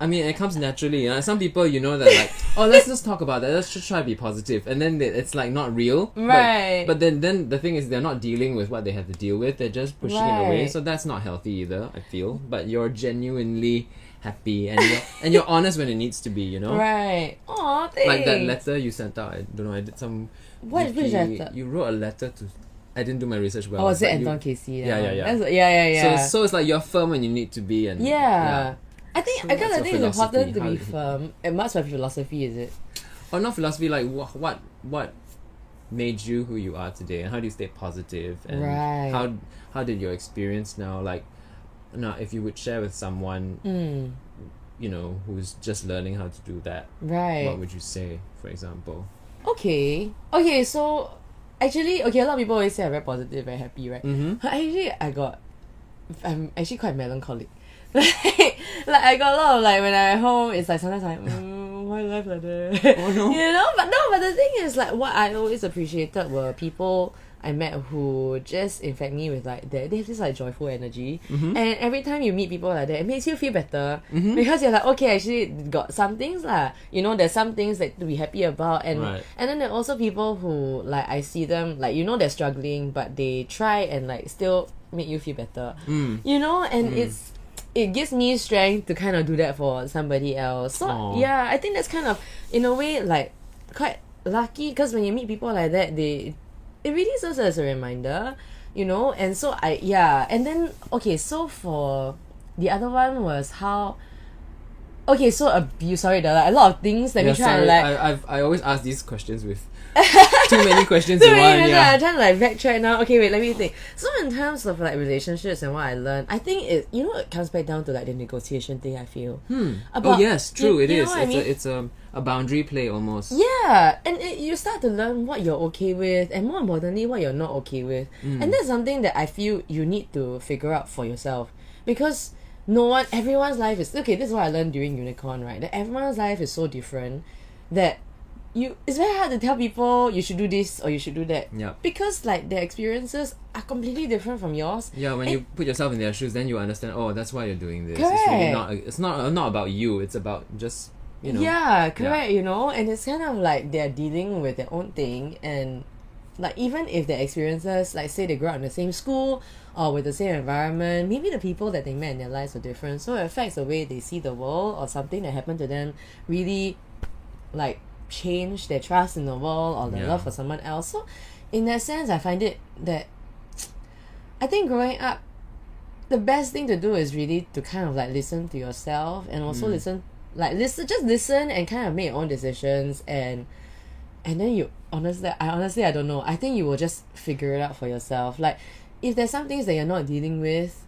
A: I mean, it comes naturally. You know? Some people, you know, they're like, "Oh, let's just talk about that. Let's just try to be positive," and then they, it's like not real, But-
B: Right.
A: But, then, then the thing is, they're not dealing with what they have to deal with. They're just pushing it away.
B: Right.
A: So that's not healthy either. I feel. But you're genuinely happy, and you're, and you're honest when it needs to be. You know,
B: Right. Oh, thanks.
A: like that letter you sent out. I don't know. I did some.
B: What
A: wiki-
B: which letter?
A: You wrote a letter to. I didn't do my research well.
B: oh, was it
A: but you-
B: Anton Casey?
A: Yeah, yeah, yeah.
B: That's, yeah, yeah, yeah.
A: So, so it's like you're firm when you need to be, and
B: yeah. I think
A: So
B: I kind
A: what's
B: of
A: your
B: think it's
A: philosophy?
B: important to
A: How
B: be
A: do you-
B: firm. It must have philosophy, is it?
A: or not philosophy. Like what, what, what made you who you are today, and how do you stay positive, and
B: Right.
A: how how did your experience now, like, now if you would share with someone,
B: Mm,
A: you know, who's just learning how to do that,
B: right.
A: what would you say, for example?
B: Okay. Okay. So actually, okay, a lot of people always say I'm very positive, very happy, right?
A: Mm-hmm.
B: But actually, I got. I'm actually quite melancholic. Like, like I got a lot of like when I'm at home, it's like sometimes like, mm, why life like that?
A: Oh, no.
B: You know, but no, but the thing is like what I always appreciated were people I met who just infect me with like they, they have this like joyful energy, and every time you meet people like that, it makes you feel better because you're like okay, actually got some things lah. You know, there's some things that to be happy about, and
A: Right.
B: and then there are also people who like I see them like you know they're struggling but they try and like still make you feel better. You know, and it's it gives me strength to kind of do that for somebody else. So
A: Aw.
B: yeah, I think that's kind of in a way like quite lucky because when you meet people like that, they it really serves as a reminder, you know. And so I yeah, and then okay, so for the other one was how Okay, so abuse. Sorry, there are like a lot of things that
A: Yeah,
B: we try
A: sorry,
B: and like.
A: I, I've, I always ask these questions with too many questions
B: So
A: in
B: wait,
A: one.
B: wait,
A: Yeah.
B: I'm trying to like backtrack now. Okay, wait, let me think. So in terms of like relationships and what I learned, I think it you know it comes back down to like the negotiation thing. I feel.
A: Hmm. oh
B: About-
A: yes,
B: you-
A: true. It
B: you know
A: is.
B: what I
A: It's
B: mean?
A: a it's a, a boundary play almost.
B: Yeah, and it, you start to learn what you're okay with, and more importantly, what you're not okay with.
A: Mm.
B: And that's something that I feel you need to figure out for yourself because no one, everyone's life is okay. This is what I learned during Unicorn, right? That everyone's life is so different that you it's very hard to tell people you should do this or you should do that.
A: Yeah.
B: Because like their experiences are completely different from yours.
A: Yeah, when
B: And-
A: you put yourself in their shoes, then you understand. Oh, that's why you're doing this. It's really
B: Correct.
A: not. It's not uh, not about you. It's about just you know.
B: yeah, correct, you know, and it's kind of like they're dealing with their own thing and like even if their experiences like say they grew up in the same school or with the same environment, maybe the people that they met in their lives are different. So it affects the way they see the world or something that happened to them really like change their trust in the world or their
A: Yeah.
B: love for someone else. So in that sense I find it that I think growing up the best thing to do is really to kind of like listen to yourself and also listen like listen just listen and kind of make your own decisions and and then you honestly I honestly I don't know. I think you will just figure it out for yourself. Like if there's some things that you're not dealing with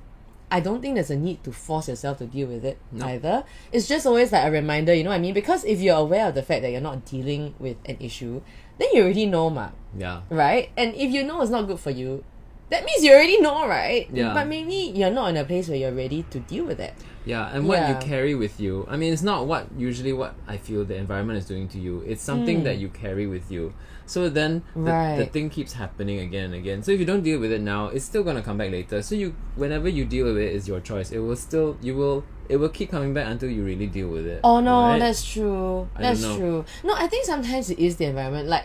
B: I don't think there's a need to force yourself to deal with it
A: No.
B: either. It's just always like a reminder, you know what I mean? Because if you're aware of the fact that you're not dealing with an issue, then you already know, ma
A: Yeah.
B: right? And if you know it's not good for you, that means you already know, right?
A: Yeah.
B: But maybe you're not in a place where you're ready to deal with it.
A: Yeah, and what
B: Yeah.
A: you carry with you. I mean, it's not what usually what I feel the environment is doing to you. It's something that you carry with you. So then the, the
B: Hmm. Right.
A: thing keeps happening again and again. So if you don't deal with it now, it's still gonna come back later. So you, whenever you deal with it, is your choice. It will still, you will, it will keep coming back until you really deal with it.
B: Oh no,
A: right?
B: that's true.
A: I
B: That's
A: don't know.
B: true. No, I think sometimes it is the environment. Like,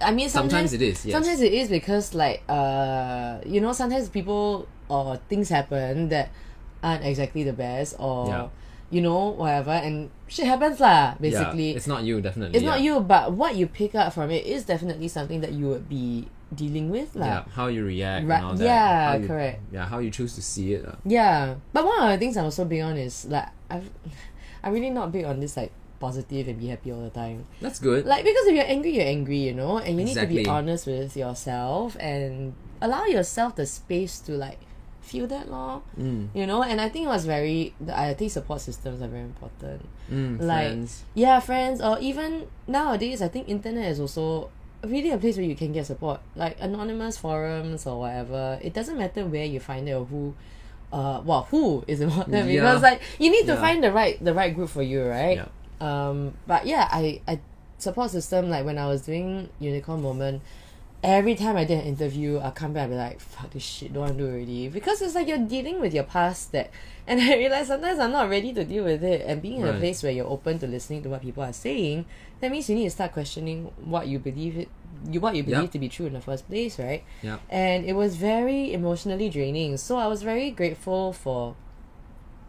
B: I mean, sometimes,
A: Sometimes it is, yes.
B: Sometimes it is because like uh, you know, sometimes people or things happen that aren't exactly the best or.
A: Yeah.
B: You know, whatever, and shit happens lah.
A: Yeah,
B: Basically,
A: it's not you definitely.
B: it's not
A: yeah.
B: you, but what you pick up from it is definitely something that you would be dealing with lah.
A: Yeah, how you react
B: Right,
A: and all that.
B: yeah,
A: How you-
B: correct.
A: Yeah, how you choose to see it. uh.
B: Yeah, but one of the things I'm also big on is like I've, I'm really not big on this like positive and be happy all the time.
A: That's good.
B: Like because if you're angry, you're angry, you know, and you need to
A: Exactly.
B: be honest with yourself and allow yourself the space to like feel that law,
A: Mm.
B: you know. And I think it was very, I think support systems are very important.
A: Mm,
B: like
A: friends.
B: yeah, friends, or even nowadays, I think internet is also really a place where you can get support, like anonymous forums or whatever. It doesn't matter where you find it or who, uh, well, who is important
A: Yeah.
B: because like you need to
A: Yeah.
B: find the right the right group for you, right?
A: Yeah.
B: Um, but yeah, I I support system like when I was doing unicorn moment. Every time I did an interview, I come back and be like, "Fuck this shit, don't want to do already." Because it's like you're dealing with your past that, and I realize sometimes I'm not ready to deal with it. And being in a
A: Right.
B: place where you're open to listening to what people are saying, that means you need to start questioning what you believe it, you what you believe
A: Yup.
B: to be true in the first place, right?
A: Yeah.
B: and it was very emotionally draining. So I was very grateful for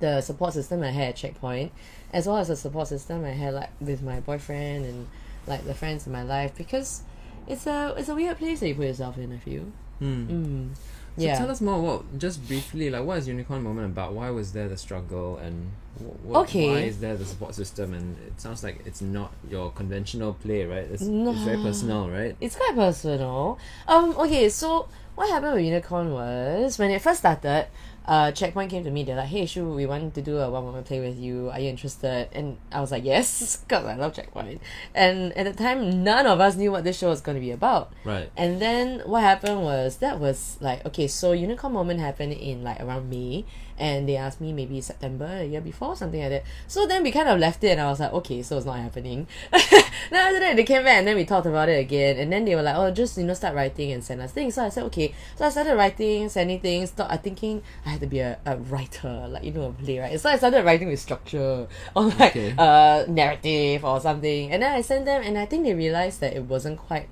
B: the support system I had at Checkpoint, as well as the support system I had like with my boyfriend and like the friends in my life because it's a it's a weird place that you put yourself in. I feel.
A: Mm.
B: Mm.
A: So
B: Yeah.
A: tell us more. What, just briefly, like what is unicorn moment about? Why was there the struggle, and wh- wh-
B: Okay.
A: why is there the support system? And it sounds like it's not your conventional play, right? It's, it's very
B: No.
A: personal, right?
B: It's quite personal. Um, okay, so what happened with Unicorn was when it first started, uh, Checkpoint came to me. They're like, "Hey, Shu, we want to do a one woman play with you. Are you interested?" And I was like, "Yes," because I love Checkpoint. And at the time, none of us knew what this show was going to be about.
A: Right.
B: And then what happened was that was like okay, so unicorn moment happened in like around May, and they asked me maybe September a year before something like that. So then we kind of left it, and I was like, okay, so it's not happening. then after that they came back, and then we talked about it again, and then they were like, oh, just you know start writing and send us things. So I said okay, so I started writing, sending things. Thought I thinking I had to be a, a writer, like you know a playwright. So I started writing with structure or like
A: Okay.
B: uh narrative or something, and then I sent them, and I think they realized that it wasn't quite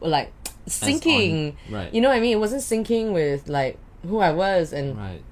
B: like sinking.
A: on- right.
B: You know what I mean? It wasn't sinking with like who I was and
A: Right.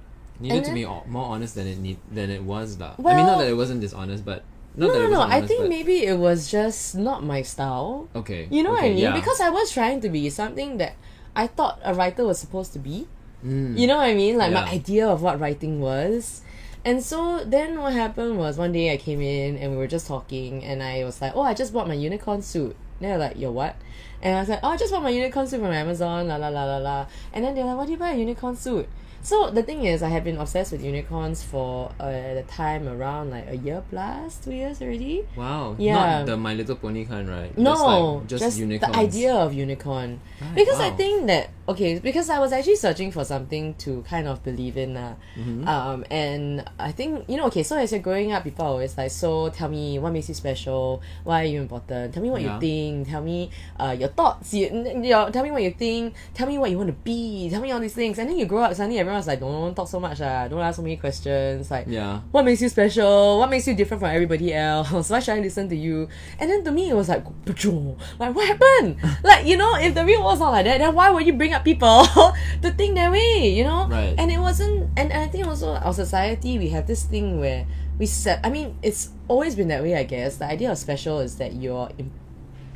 A: Needed to
B: then-
A: be o- more honest than it need than it was. lah. I mean,
B: Well-
A: not that it wasn't dishonest, but not
B: no
A: that
B: no
A: it was
B: no.
A: honest,
B: I think
A: but-
B: maybe it was just not my style.
A: Okay.
B: You know what I
A: okay,
B: mean?
A: yeah.
B: Because I was trying to be something that I thought a writer was supposed to be.
A: Mm,
B: You know what I mean? Like my
A: Yeah.
B: idea of what writing was. And so then what happened was one day I came in and we were just talking and I was like, oh, I just bought my unicorn suit. And they're like, your what? And I was like, oh, I just bought my unicorn suit from Amazon, la la la la la. And then they're like, why do you buy a unicorn suit? So the thing is, I have been obsessed with unicorns for uh, at the time around like a year plus, two years already.
A: Wow.
B: Yeah.
A: Not the My Little Pony kind, right?
B: No,
A: Just, like, just, unicorns.
B: the idea of unicorn.
A: Right,
B: because I
A: wow.
B: think that okay, because I was actually searching for something to kind of believe in, uh,
A: Mm-hmm.
B: um, and I think you know, okay. So as you're growing up, people are always like, so tell me what makes you special, why are you important? Tell me what you
A: Yeah.
B: think. Tell me uh, your thoughts. You, n- your, tell me what you think. Tell me what you want to be. Tell me all these things. And then you grow up suddenly, everyone's like, don't talk so much. Uh, don't ask so many questions. Like
A: Yeah.
B: what makes you special? What makes you different from everybody else? Why should I listen to you? And then to me, it was like, "Pacho," like what happened? like you know, if the real world's not like that, then why would you bring up people to think that way? You know?
A: Right.
B: And it wasn't. And, and I think also our society, we have this thing where we set. I mean, it's always been that way. I guess the idea of special is that you're im-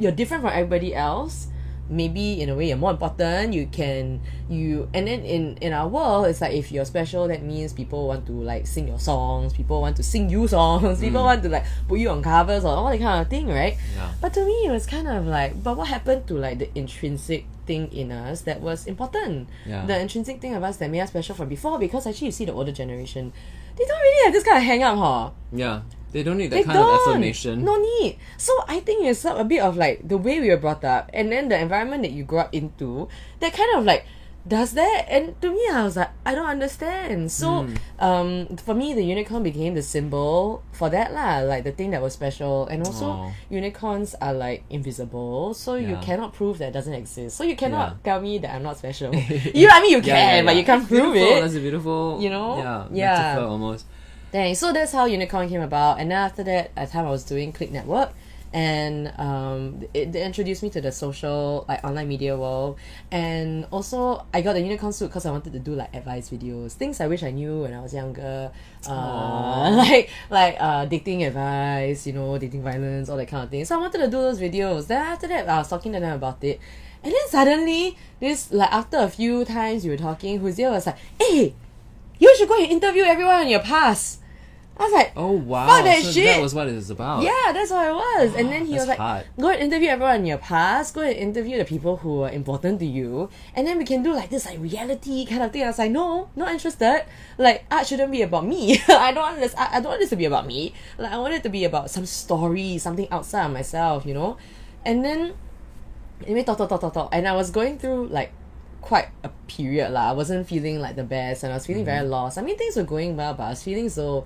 B: you're different from everybody else maybe in a way you're more important you can you and then in in our world it's like if you're special that means people want to like sing your songs people want to sing you songs people want to like put you on covers or all that kind of thing right
A: Mm. Yeah.
B: but to me it was kind of like but what happened to like the intrinsic thing in us that was important
A: Yeah.
B: the intrinsic thing of us that made us special from before because actually you see the older generation they don't really have this kind of hang up huh
A: Yeah. They don't need that
B: they
A: kind
B: don't.
A: of affirmation.
B: No need. So I think it's sort of a bit of like the way we were brought up, and then the environment that you grew up into. That kind of like does that. And to me, I was like, I don't understand. So,
A: Hmm.
B: um, for me, the unicorn became the symbol for that lah, like the thing that was special. And
A: Aw.
B: also, unicorns are like invisible, so you
A: Yeah.
B: cannot prove that it doesn't exist. So you cannot
A: Yeah.
B: tell me that I'm not special. you, I mean, you
A: Yeah,
B: can,
A: yeah,
B: but
A: yeah.
B: you can't prove
A: beautiful.
B: it.
A: That's a beautiful.
B: You know?
A: Yeah.
B: Yeah.
A: Metaphor almost.
B: Dang, so that's how Unicorn came about. And then after that, at the time I was doing Click Network, and um, it, they introduced me to the social, like online media world. And also, I got the Unicorn suit because I wanted to do like advice videos, things I wish I knew when I was younger, uh,
A: Aw.
B: like like uh, dating advice, you know, dating violence, all that kind of thing. So I wanted to do those videos. Then after that, I was talking to them about it. And then suddenly, this like after a few times you were talking, Huzia was like, "Hey, you should go and interview everyone on your past. I was like,
A: Oh wow.
B: Fuck that
A: so
B: shit.
A: that was what it was about.
B: yeah, that's what it was. And then he
A: That's
B: was like,
A: hot.
B: go and interview everyone in your past, go and interview the people who are important to you, and then we can do like this like reality kind of thing. I was like, no, not interested. Like art shouldn't be about me. I don't want this. I, I don't want this to be about me. Like I want it to be about some story, something outside of myself, you know. And then anyway, talk, talk, talk, talk, talk. And I was going through like quite a period lah. I wasn't feeling like the best, and I was feeling very lost. I mean, things were going well, but I was feeling so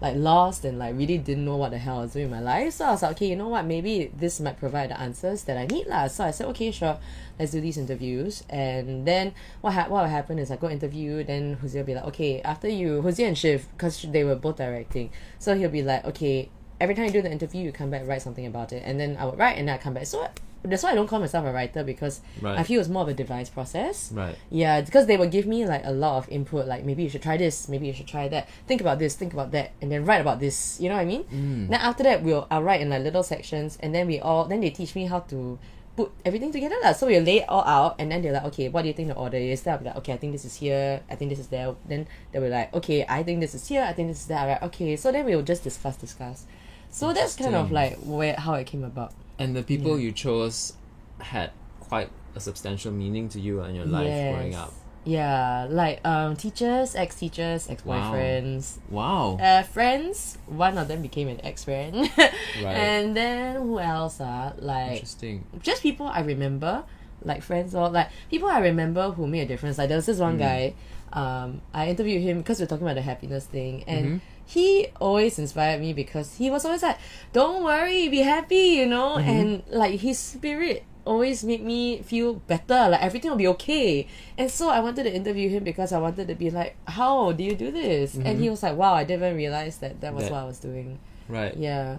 B: like lost and like really didn't know what the hell I was doing in my life. So I was like, okay, you know what? Maybe this might provide the answers that I need lah. So I said, okay, sure, let's do these interviews. And then what ha- what will happen is I go interview, then Jose will be like, okay, after you, Jose and Shiv, because they were both directing, so he'll be like, okay, every time you do the interview, you come back write something about it, and then I would write, and then I come back. So that's why I don't call myself a writer because
A: Right.
B: I feel it's more of a device process.
A: Right.
B: Yeah, because they would give me like a lot of input, like maybe you should try this, maybe you should try that, think about this, think about that, and then write about this. You know what I mean?
A: Mm.
B: Then after that, we'll I'll write in like little sections, and then we all then they teach me how to put everything together lah. So we lay it all out, and then they're like, okay, what do you think the order is? Then I'll be like, okay, I think this is here, I think this is there. Then they were like, okay, I think this is here, I think this is there. Right? Okay, so then we will just discuss, discuss. So that's kind of
A: Interesting.
B: like where how it came about.
A: And the people you chose had quite a substantial meaning to you and your life growing
B: Yes.
A: up.
B: Yeah, like um, teachers, ex teachers, ex
A: Wow.
B: boyfriends,
A: Wow.
B: uh, friends. One of them became an ex friend, and then who else? Ah, like
A: Interesting.
B: just people I remember, like friends or like people I remember who made a difference. Like there was this one guy, um, I interviewed him because we are talking about the happiness thing, and he always inspired me because he was always like, "Don't worry, be happy," you know, and like his spirit always made me feel better like everything will be okay and so i wanted to interview him because i wanted to be like how do you do this and he was like wow i didn't even realize that that was
A: That-
B: what i was doing
A: Right.
B: yeah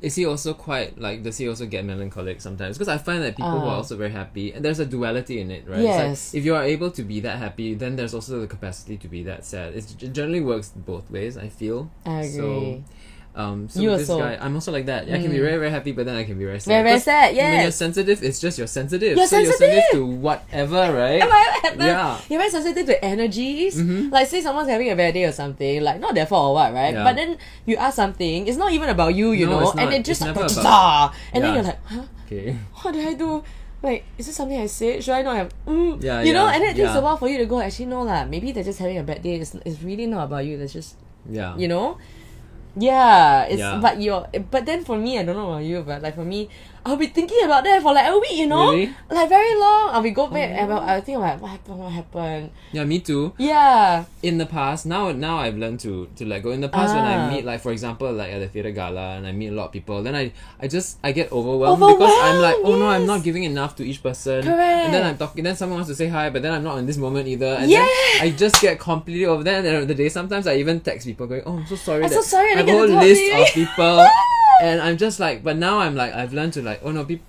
A: Is he also quite like? Does he also get melancholic sometimes? Because I find that people who
B: Ah.
A: are also very happy, and there's a duality in it, right?
B: Yes.
A: It's like, if you are able to be that happy, then there's also the capacity to be that sad. It's, it generally works both ways. I feel.
B: i
A: So,
B: agree
A: Um, so
B: You
A: this
B: also.
A: guy, I'm also like that. I can be
B: Mm.
A: very, very happy, but then I can be very sad.
B: Very, very
A: 'Cause
B: sad,
A: When you're
B: yes.
A: sensitive, it's just you're sensitive.
B: You're
A: so you're
B: sensitive.
A: sensitive to whatever, right?
B: Am I what happened?
A: Yeah. Mm-hmm.
B: You're very sensitive to energies. Like, say someone's having a bad day or something, like, not their fault or what, right?
A: Yeah.
B: But then you ask something, it's not even about you, you
A: No,
B: know?
A: it's
B: And
A: not.
B: it just
A: It's
B: like,
A: never about-
B: and then
A: Yeah.
B: you're like, huh?
A: Okay.
B: What did I do? Like, is this something I said? Should I not have? Mm,
A: Yeah,
B: you know,
A: yeah,
B: and then it takes
A: yeah.
B: a while for you to go, actually, no, lah, maybe they're just having a bad day. It's, it's really not about you. That's just,
A: Yeah.
B: you know? Yeah, it's
A: Yeah.
B: but you're but then for me, I don't know about you, but like for me, I'll be thinking about that for like a week, you know,
A: Really? Oh.
B: like very long. I'll be go back and I'll, I'll think about what happened, what happened.
A: Yeah, me too.
B: Yeah,
A: In the past, now now I've learned to to let go. In the past, when
B: Ah.
A: I meet, like for example, like at the theater gala, and I meet a lot of people, then I I just I get overwhelmed, because I'm like, oh no, I'm
B: Overwhelmed,
A: not giving enough to each person. And then
B: Correct.
A: I'm talking, then someone wants to say hi, but then I'm not in this moment either. And
B: Yeah.
A: then I just get completely over. Then at the end of the day, sometimes I even text people going, oh, I'm so sorry.
B: I'm
A: that
B: so sorry I
A: I have a
B: didn't
A: whole
B: get to talk to
A: list
B: you."
A: of people, and I'm just like, but now I'm like, I've learned to like, oh no, peop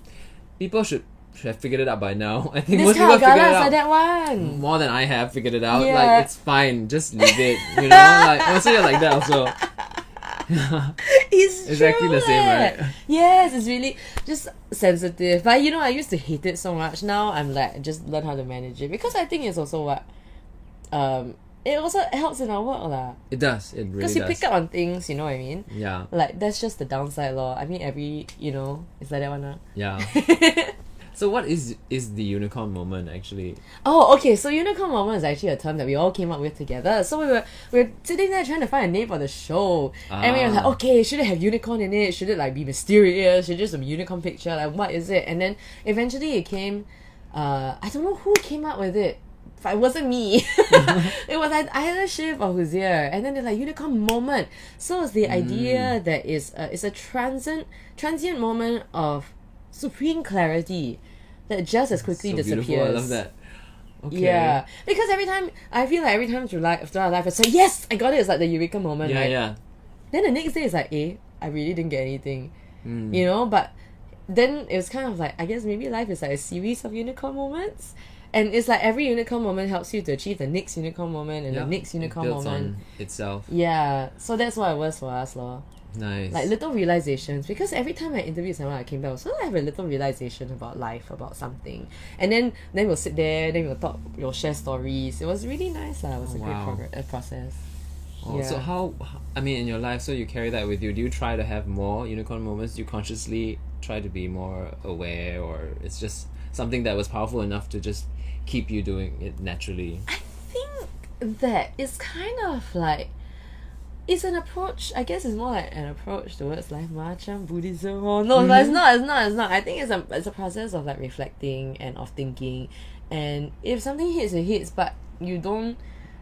A: people should have figured it out by now. I think
B: this
A: most
B: kind
A: people
B: of
A: figured it
B: gala is
A: out
B: like that one.
A: more than I have figured it out.
B: Yeah.
A: Like it's fine, just leave it. You know, like also you're like that also.
B: It's
A: Exactly
B: true
A: the same,
B: leh.
A: right?
B: Yes, it's really just sensitive. But you know, I used to hate it so much. Now I'm like, just learn how to manage it because I think it's also what, um, it also helps in our work lah.
A: It does. It really
B: Because
A: does.
B: you pick up on things, you know what I mean.
A: yeah,
B: Like that's just the downside, law. I mean, every you know, it's like that one. lah.
A: yeah. so what is is the unicorn moment actually?
B: Oh, okay. So unicorn moment is actually a term that we all came up with together. So we were we were sitting there trying to find a name for the show, and we were like,
A: Ah.
B: okay, should it have unicorn in it? Should it like be mysterious? Should it just a unicorn picture? Like, what is it? And then eventually it came. Uh, I don't know who came up with it. But it wasn't me. it was like either Shiv or Huzier. And then they're like unicorn moment. So it's the
A: Hmm.
B: idea that is uh, it's a transient transient moment of supreme clarity that just as quickly
A: so
B: disappears.
A: beautiful. I love that. Okay.
B: Yeah, because every time I feel like every time through life throughout life, it's like yes, I got it. It's like the eureka moment,
A: Yeah,
B: right?
A: yeah.
B: Then the next day, it's like, eh, I really didn't get anything,
A: Hmm.
B: you know. But then it was kind of like I guess maybe life is like a series of unicorn moments, and it's like every unicorn moment helps you to achieve the next unicorn moment and
A: yeah.
B: the next unicorn
A: it builds
B: moment.
A: on itself.
B: Yeah, so that's what it was for us, lor.
A: Nice.
B: Like little realizations because every time I interviewed someone, I came back so I have a little realization about life, about something, and then then we'll sit there, then we'll talk, we'll share stories. It was really nice, lah. It was
A: Oh,
B: a great
A: wow.
B: progr- uh, process.
A: Oh, So
B: yeah.
A: how, h- I mean, in your life, so you carry that with you. Do you try to have more unicorn moments? Do you consciously try to be more aware, or it's just something that was powerful enough to just keep you doing it naturally?
B: I think that it's kind of like it's an approach. I guess it's more like an approach towards like Machan Buddhism. Or no, but it's not. It's not. It's not. I think it's a it's a process of like reflecting and of thinking, and if something hits, it hits. But you don't.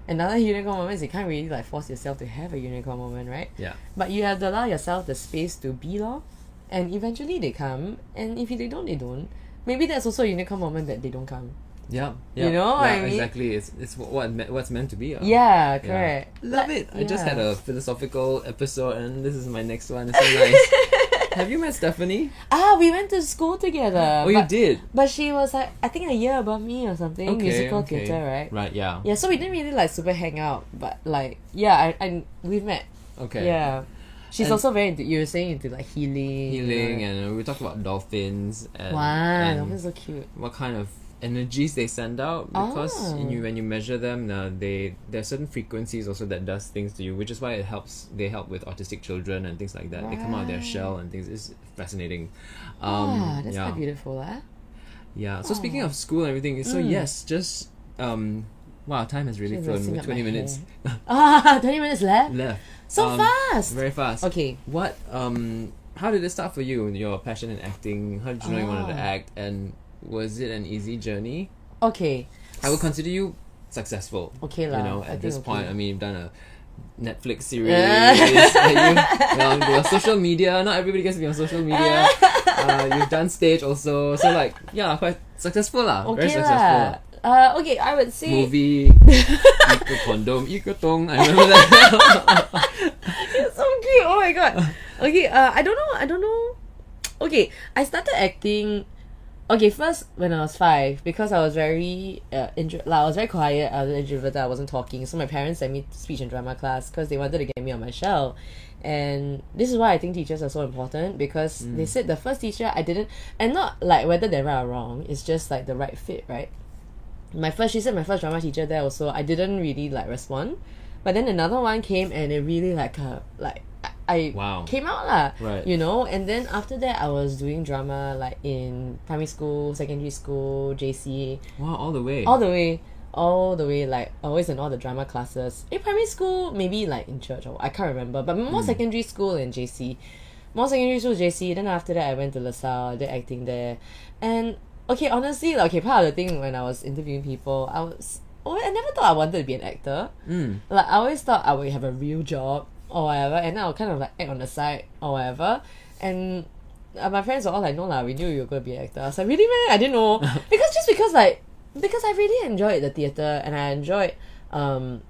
B: Another unicorn moment is you can't really like force yourself to have a unicorn moment, right?
A: Yeah.
B: But you have to allow yourself the space to be lor, and eventually they come. And if they don't, they don't. Maybe that's also a unicorn moment that they don't come.
A: Yeah.
B: You
A: yeah.
B: know what
A: yeah,
B: I mean?
A: Exactly. It's it's what, what me- what's meant to be. uh.
B: Yeah,
A: Yeah.
B: correct.
A: Love
B: Like-
A: it. I just
B: yeah.
A: had a philosophical episode, and this is my next one. It's so nice. have you met Stephanie?
B: Ah, we went to school together.
A: oh, you
B: Uh, but,
A: did.
B: But she was like, I think a year above me or something.
A: Okay,
B: musical
A: okay.
B: theater, right?
A: Right. Yeah.
B: Yeah, so we didn't really like super hang out, but like, yeah, I, I we've met.
A: Okay.
B: Yeah, she's
A: And-
B: also very into. You were saying into like healing.
A: Healing,
B: and
A: and we talked about dolphins. And,
B: wow, that
A: and
B: was so cute.
A: what kind of energies they send out because
B: Oh.
A: in you, when you measure them uh, they there are certain frequencies also that does things to you which is why it helps they help with autistic children and things like that they come out of their
B: Right.
A: shell and things it's fascinating um
B: Ah, that's
A: yeah
B: quite beautiful, ah.
A: yeah so speaking
B: Aw.
A: of school and everything
B: Mm.
A: so yes just um wow time has really
B: Just
A: flown
B: messing
A: with
B: up
A: 20
B: my
A: minutes
B: Ah, twenty minutes left.
A: left
B: So
A: Um,
B: fast.
A: very fast
B: Okay.
A: what um how did it start for you your passion in acting how did you know you wanted to
B: Ah.
A: act and was it an easy journey
B: Okay.
A: I would consider you successful.
B: Okay
A: You
B: lah,
A: know,
B: I
A: at
B: think
A: this
B: okay.
A: point, I mean, you've done a Netflix series.
B: Yeah.
A: you, well, your social media. Not everybody gets to be on social media. uh, you've done stage also. So like, yeah, quite successful lah. Very
B: Okay
A: successful.
B: lah.
A: lah.
B: Uh, okay, I would say.
A: Movie, eco condom, eco tong. I remember that.
B: so cute. Oh my god. Okay, uh, I don't know. I don't know. Okay, I started acting. Okay, first when I was five, because I was very uh, intro- like, I was very quiet. I was introverted. I wasn't talking. So my parents sent me to speech and drama class because they wanted to get me on my shell. And this is why I think teachers are so important because they said the first teacher I didn't, and not like whether they're right or wrong. It's just like the right fit, right? my first she said my first drama teacher there also I didn't really like respond, but then another one came and it really like uh, like I, I
A: Wow.
B: came out lah
A: Right.
B: you know and then after that I was doing drama like in primary school secondary school JC
A: Wow, all the way.
B: all the way all the way like always in all the drama classes in primary school maybe like in church or I can't remember but more secondary school and JC more secondary school JC then after that I went to LaSalle did acting there and okay honestly like, okay part of the thing when I was interviewing people I was oh, I never thought I wanted to be an actor
A: Mm.
B: like I always thought I would have a real job or whatever, and then I'll kind of like act on the side or whatever. And uh, my friends were all like, "No lah, we knew you were gonna be an actor." I was like, "Really, man? I didn't know." because just because like because I really enjoyed the theater and I enjoyed um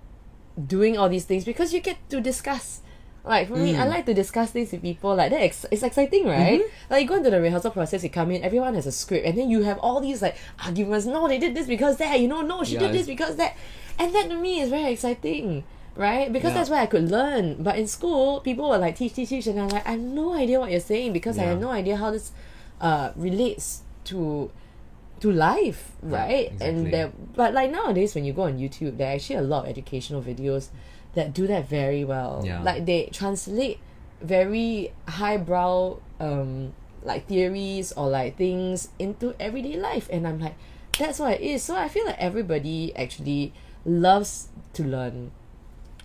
B: doing all these things because you get to discuss. Like for me, I like to discuss things with people. Like that, ex- it's exciting, right? Like you go into the rehearsal process, you come in, everyone has a script, and then you have all these like arguments. No, they did this because that. You know, no, she
A: Yeah,
B: did this
A: it's-
B: because that, and that to me is very exciting, right? Because
A: Yeah.
B: that's where I could learn. But in school, people were like teach, teach, teach, and I'm like, I have no idea what you're saying because I
A: Yeah.
B: have no idea how this uh relates to to life, right?
A: exactly.
B: And there, but like nowadays, when you go on YouTube, there are actually a lot of educational videos that do that very well.
A: Yeah.
B: Like they translate very highbrow um like theories or like things into everyday life, and I'm like, that's what it is. So I feel like everybody actually loves to learn.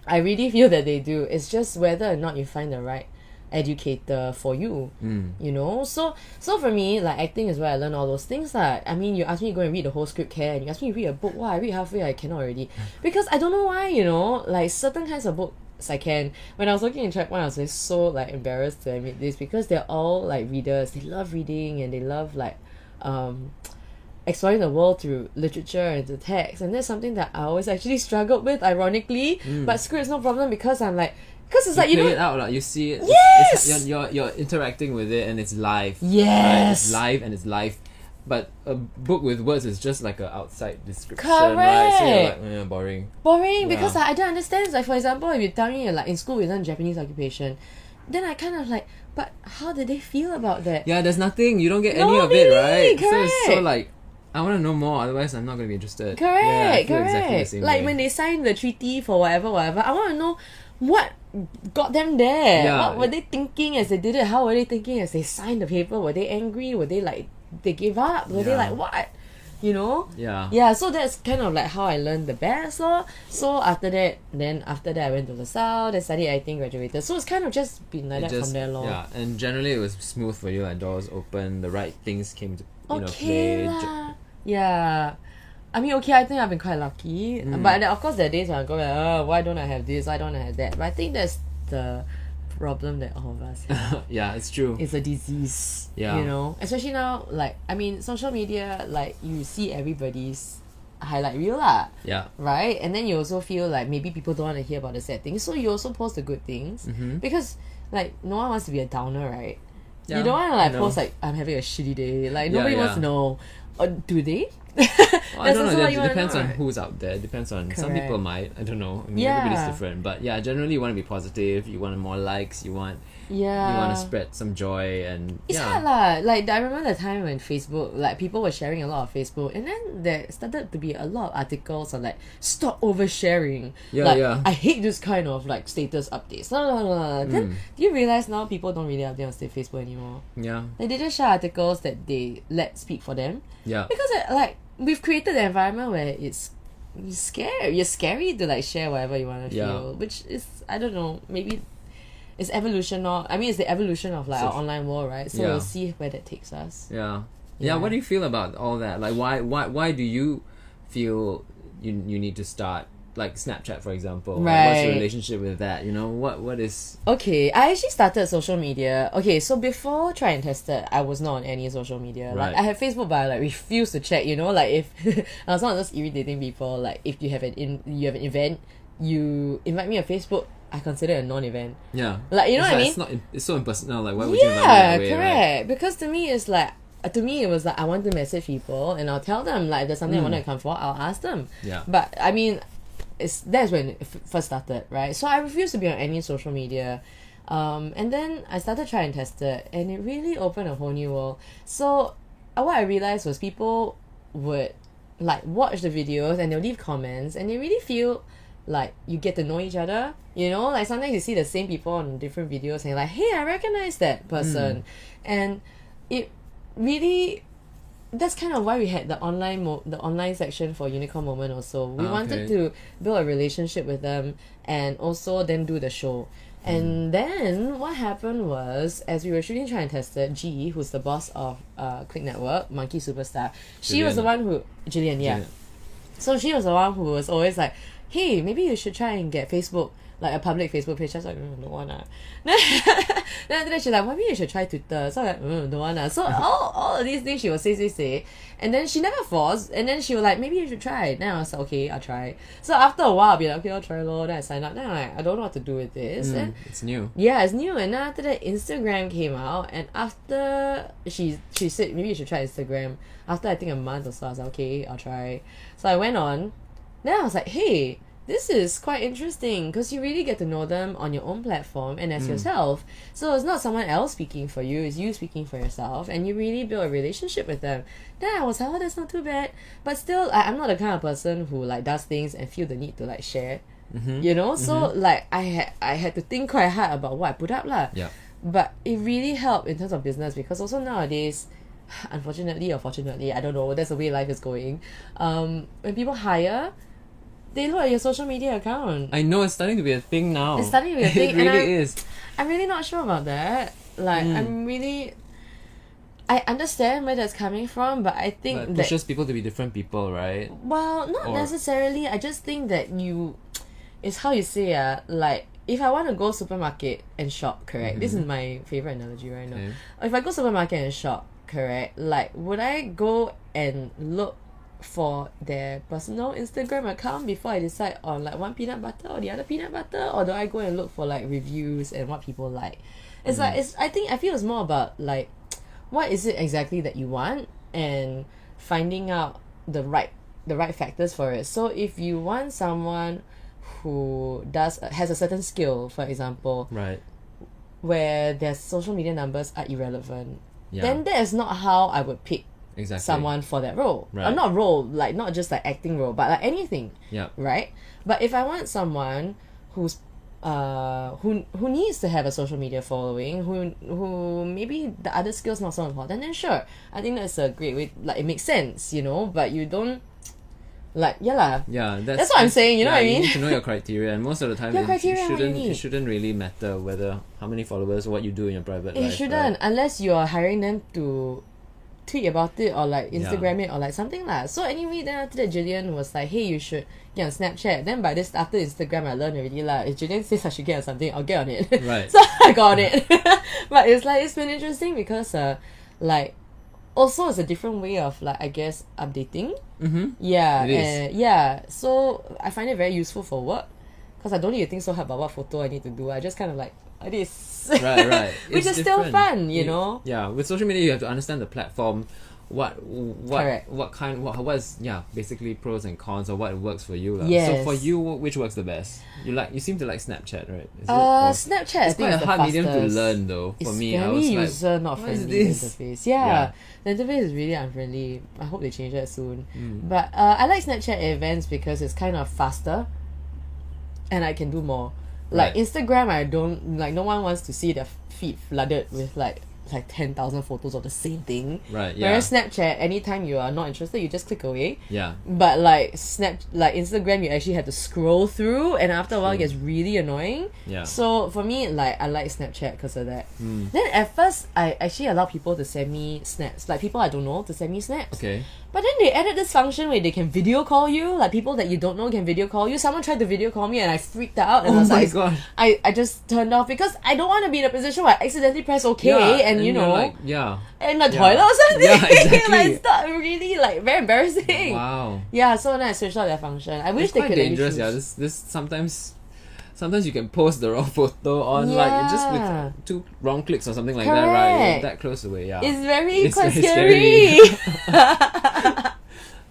B: I really feel that they do. It's just whether or not you find the right educator for you
A: Mm.
B: you know so so for me like acting is where i learn all those things like i mean you ask me to go and read the whole script can you ask me to read a book why i read halfway i cannot already because i don't know why you know like certain kinds of books i can when i was working in track one i was like, so like embarrassed to admit this because they're all like readers they love reading and they love like um exploring the world through literature and through text and that's something that i always actually struggled with ironically but school is no problem because i'm like because it's like you
A: play
B: know
A: it out, like, Mm. you see it. it's- it's-
B: Yes!
A: you're, you're, you're interacting with it and it's live. Right? It's
B: yes
A: live and it's live. But a book with words is just like an outside description, right?
B: Correct.
A: So you're like, eh, boring.
B: boring
A: Yeah.
B: because like, I don't understand. Like for example, if you tell me like in school we learn Japanese occupation, then I kind of like, but how did they feel about that?
A: Yeah, there's nothing. You don't get any
B: No
A: of it,
B: meaning,
A: right? So it's so
B: correct.
A: like, I want to know more. Otherwise, I'm not going to be interested.
B: Correct,
A: Yeah, I feel
B: correct.
A: Exactly the same
B: like
A: way.
B: when they signed the treaty for whatever, whatever. I want to know what got them there.
A: Yeah.
B: What were they thinking as they did it? How were they thinking as they signed the paper? Were they angry? Were they like they gave up? Were they
A: Yeah.
B: like what? You know.
A: yeah.
B: yeah, so that's kind of like how I learned the best lor. So after that, then after that I went to LaSalle, then studied acting, graduated. So it's kind of just been like
A: It
B: that
A: just-
B: from there lor.
A: yeah, and generally it was smooth for you. Like doors open, the right things came to you
B: okay
A: know play. ju-
B: lah. Yeah. I mean, okay, I think I've been quite lucky. But then, of course, there are days when I go, like, oh, why don't I have this? Why don't I have that? But I think that's the problem that all of us have.
A: yeah, it's true.
B: it's a disease.
A: Yeah.
B: You know, especially now, like, I mean, social media, like, you see everybody's highlight reel lah.
A: yeah,
B: right? And then you also feel like maybe people don't want to hear about the sad things, so you also post the good things
A: Mm-hmm.
B: because like no one wants to be a downer, right?
A: Yeah,
B: you don't want to like
A: I know.
B: post like I'm having a shitty day, like
A: Yeah,
B: nobody wants
A: yeah.
B: to know, or do they?
A: Well, I
B: That's
A: don't know.
B: also what
A: It
B: you
A: d-
B: wanna
A: depends
B: know,
A: on
B: right?
A: who's out there. Depends on some
B: Correct.
A: people might. I don't know. I mean,
B: Yeah.
A: everybody's different. But yeah, generally you want to be positive. You want more likes. You want
B: Yeah,
A: you want to spread some joy and
B: Uh. It's
A: yeah.
B: hard lah. Like I remember the time when Facebook, like people were sharing a lot of Facebook, and then there started to be a lot of articles on like stop oversharing.
A: Yeah,
B: like,
A: yeah.
B: I hate this kind of like status updates. La, la, la, la.
A: Hmm.
B: Then do you realize now people don't really update on sta- Facebook anymore?
A: yeah,
B: Like they just share articles that they let speak for them
A: yeah,
B: because uh, like we've created the environment where it's you're scared. You're scary to like share whatever you want to
A: Yeah.
B: feel, which is I don't know. Maybe it's evolution or I mean it's the evolution of like our
A: So-
B: online world, right? So
A: Yeah.
B: we'll see where that takes us.
A: yeah, yeah.
B: Yeah.
A: What do you feel about all that? Like, why, why, why do you feel you you need to start? Like Snapchat, for example. Like, what's your
B: Right.
A: relationship with that? You know what? What is?
B: Okay, I actually started social media. Okay, so before try and tested, I was not on any social media. Like
A: Right.
B: I had Facebook, but I like refused to check. You know, like if I was one of those irritating people. Like if you have an in, you have an event, you invite me on Facebook. I consider it a non-event.
A: Yeah.
B: Like, you know
A: it's
B: what I
A: It's
B: mean?
A: not. It's so impersonal. Like why would you? invite me
B: yeah,
A: that way, right?
B: correct. Because to me, it's like uh, to me it was like I want to message people and I'll tell them like if there's something I want to come for, I'll ask them.
A: Hmm. Yeah.
B: But I mean, it's that's when it f- first started, right? So I refused to be on any social media. Um, and then I started trying and test it, and it really opened a whole new world. So uh, what I realized was people would like watch the videos and they'll leave comments, and they really feel like you get to know each other. You know, like sometimes you see the same people on different videos, and you're like, hey, I recognize that
A: Hmm.
B: person, and it really that's kind of why we had the online mo- the online section for unicorn moment also we
A: Ah,
B: wanted
A: okay.
B: to build a relationship with them and also then do the show and then what happened was as we were shooting try and tested g E, who's the boss of uh, click network monkey superstar she was the
A: Gillian.
B: one who Jillian, yeah
A: Yeah.
B: so she was the one who was always like, "Hey, maybe you should try and get Facebook, like a public Facebook page." I was like, mm, "Don't wanna." then after that, she's like, "Maybe you should try Twitter." So I'm like, mm, "Don't wanna." So all all of these things she would say, say, say, and then she never forced. And then she was like, "Maybe you should try." Then I was like, "Okay, I'll try." So after a while, I'll be like, "Okay, I'll try." Lor. Then I sign up. Then I'm like, "I don't know what to do with this." And
A: Mm, It's new.
B: yeah, it's new. And then after that, Instagram came out, and after she she said maybe you should try Instagram. After I think a month or so, I was like, okay, I'll try. So I went on. Then I was like, hey, this is quite interesting because you really get to know them on your own platform and as yourself. So it's not someone else speaking for you; it's you speaking for yourself, and you really build a relationship with them. Then I was like, oh, that's not too bad. But still, I, I'm not the kind of person who like does things and feel the need to like share you know so like i had i had to think quite hard about what i put up lah.
A: Yeah.
B: but it really helped in terms of business because also nowadays unfortunately or fortunately i don't know that's the way life is going um when people hire they look at your social media account
A: I know it's starting to be a thing now.
B: It's starting to be a
A: it
B: thing, and
A: really
B: I'm-
A: is.
B: I'm really not sure about that. Like,
A: Hmm.
B: I'm really. I understand where that's coming from, but I think
A: But it
B: that.
A: pushes people to be different people, right?
B: well, not
A: or-
B: necessarily. I just think that you. It's how you say, uh, like, if I want to go supermarket and shop, correct? This is my favorite analogy right now.
A: Okay.
B: If I go supermarket and shop, correct? Like, would I go and look for their personal Instagram account before I decide on like one peanut butter or the other peanut butter, or do I go and look for like reviews and what people like? It's like it's. I think I feel it's more about like, what is it exactly that you want and finding out the right the right factors for it. So if you want someone who does has a certain skill, for example,
A: Right.
B: where their social media numbers are irrelevant,
A: Yeah.
B: then that is not how I would pick
A: exactly.
B: someone for that role. Or
A: Right.
B: not role, like not just like acting role, but like anything,
A: Yeah.
B: right? But if I want someone who's uh who who needs to have a social media following, who who maybe the other skills not so important, then sure. I think that's a great way like it makes sense, you know, but you don't like yeah lah.
A: Yeah. That's,
B: That's what I'm saying, you know
A: yeah,
B: what I mean?
A: You need to know your criteria, and most of the time,
B: Your
A: it,
B: criteria, what you
A: shouldn't
B: need.
A: it shouldn't really matter whether how many followers or what you do in your private life.
B: It shouldn't
A: right?
B: Eh, unless you are hiring them to tweet about it or like Instagram it or like something like So anyway, then after that, Jillian was like, "Hey, you should get on Snapchat." Then by this after Instagram, I learned already lah. If Jillian says I should get on something, I'll get on it.
A: Right.
B: so I got on it. but it's like it's been interesting because uh, like also it's a different way of like I guess updating.
A: Mm-hmm.
B: Yeah,
A: It is.
B: and- yeah. So I find it very useful for work because I don't need to think so hard about what photo I need to do. I just kind of like "Ah, this,
A: right, right.
B: which
A: It's
B: is still
A: different.
B: fun, you know.
A: Yeah, with social media, you have to understand the platform, what what
B: Correct.
A: what kind what what is yeah basically pros and cons or what works for you. lah. So
B: Yes.
A: for you, wh- which works the best? You like you seem to like Snapchat, right? Is it?
B: Uh,
A: Or-
B: Snapchat. I
A: it's
B: think
A: quite
B: is
A: a
B: the
A: hard medium to
B: fastest.
A: learn though. For
B: it's
A: me,
B: very
A: I was like,
B: user not
A: "What is
B: friendly
A: this?"
B: interface. Yeah. the interface is really unfriendly. I hope they change that soon.
A: Hmm.
B: But uh, I like Snapchat events because it's kind of faster, and I can do more. Like
A: Right.
B: Instagram, I don't like. No one wants to see their feed flooded with like like ten thousand photos of the same thing.
A: right, yeah,
B: Whereas Snapchat, anytime you are not interested, you just click away.
A: yeah,
B: But like Snap, like Instagram, you actually have to scroll through, and after a while, it gets really annoying.
A: yeah. Hmm.
B: So for me, like I like Snapchat because of that. Then at first, I actually allow people to send me snaps, like people I don't know to send me snaps.
A: okay,
B: But then they added this function where they can video call you, like people that you don't know can video call you. Someone tried to video call me, and I freaked out. And
A: Oh
B: I was
A: my
B: like,
A: gosh.
B: I, I just turned off because I don't want to be in a position where I accidentally press OK,
A: yeah,
B: and, you
A: you're
B: know,
A: like, yeah,
B: in the
A: Yeah.
B: toilet or something.
A: Yeah, exactly.
B: like, it's not really like very embarrassing.
A: wow.
B: Yeah, so then I switched out that function. I wish
A: It's
B: they
A: quite
B: could. let me
A: dangerous, yeah.
B: choose.
A: This this sometimes sometimes you can post the wrong photo on like just
B: Yeah.
A: with two wrong clicks or something like that,
B: Correct.
A: right? That close away, yeah.
B: It's very
A: It's
B: quite
A: very
B: scary.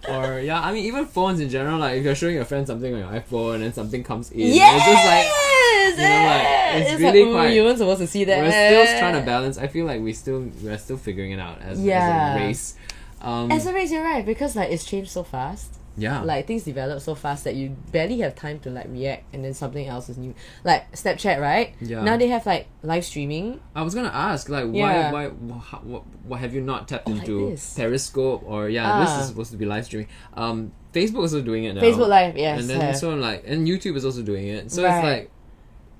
A: or yeah, I mean even phones in general, like if you're showing your friend something on your iPhone and then something comes in,
B: yes,
A: it's just like you know, like,
B: yes!
A: it's really
B: like, "Ooh,
A: quite-
B: You weren't supposed to see that.
A: we're still trying to balance. I feel like we still we're still figuring it out as,
B: Yeah.
A: as a race. Um,
B: As a race, you're right because like it's changed so fast.
A: yeah,
B: Like things develop so fast that you barely have time to like react, and then something else is new. Like Snapchat, right?
A: Yeah.
B: Now they have like live streaming.
A: I was gonna ask, like,
B: Yeah.
A: why, why, wh- what, what have you not tapped
B: like
A: into
B: this.
A: Periscope or yeah, this
B: Ah.
A: is supposed to be live streaming. Um, Facebook also doing it now.
B: Facebook Live, yes.
A: and then
B: have.
A: so I'm like, and YouTube is also doing it. So
B: Right.
A: it's like,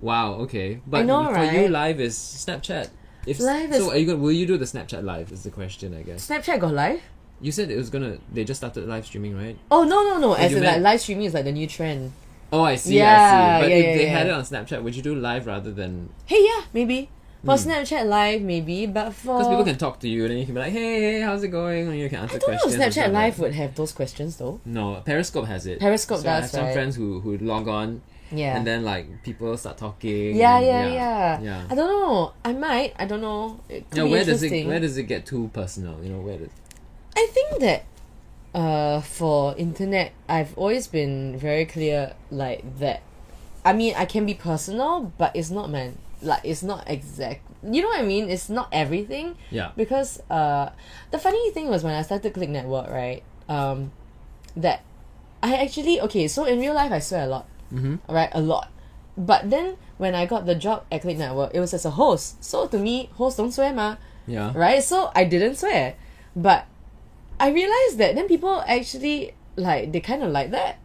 A: wow, okay, but
B: know,
A: for you,
B: right?
A: live is Snapchat. If
B: Live
A: so,
B: is-
A: are you gonna, will you do the Snapchat live? Is the question, I guess.
B: Snapchat got live.
A: You said it was gonna. They just started live streaming, right?
B: Oh no no no! As
A: you
B: in like
A: meant-
B: live streaming is like the new trend.
A: Oh, I see,
B: Yeah,
A: I see. But
B: yeah,
A: if
B: yeah,
A: they
B: yeah.
A: had it on Snapchat, would you do live rather than
B: Hey yeah, maybe for Snapchat live maybe, but for
A: because Hmm. people can talk to you and then you can be like, hey, hey, how's it going? And you can answer
B: Oh. I don't know.
A: questions.
B: if
A: and stuff
B: Snapchat
A: like
B: live
A: that.
B: would have those questions though.
A: No, Periscope has it.
B: Periscope
A: so I
B: does,
A: have some
B: right?
A: friends who who log on
B: Yeah.
A: and then like people start talking.
B: yeah,
A: and
B: yeah, yeah,
A: yeah.
B: I don't know. I might. I don't know. It could
A: Yeah,
B: be
A: where does it
B: interesting.
A: where does it get too personal? You know where does
B: I think that uh for internet I've always been very clear like that I mean I can be personal but it's not man like it's not exact you know what I mean? It's not everything.
A: yeah
B: Because uh the funny thing was when I started Click Network, right? Um that I actually okay, so in real life I swear a lot.
A: Mhm.
B: Right? A lot. But then when I got the job at Click Network, it was as a host. So to me, hosts don't swear ma
A: yeah
B: right? So I didn't swear, but I realized that then people actually like they kind of like that.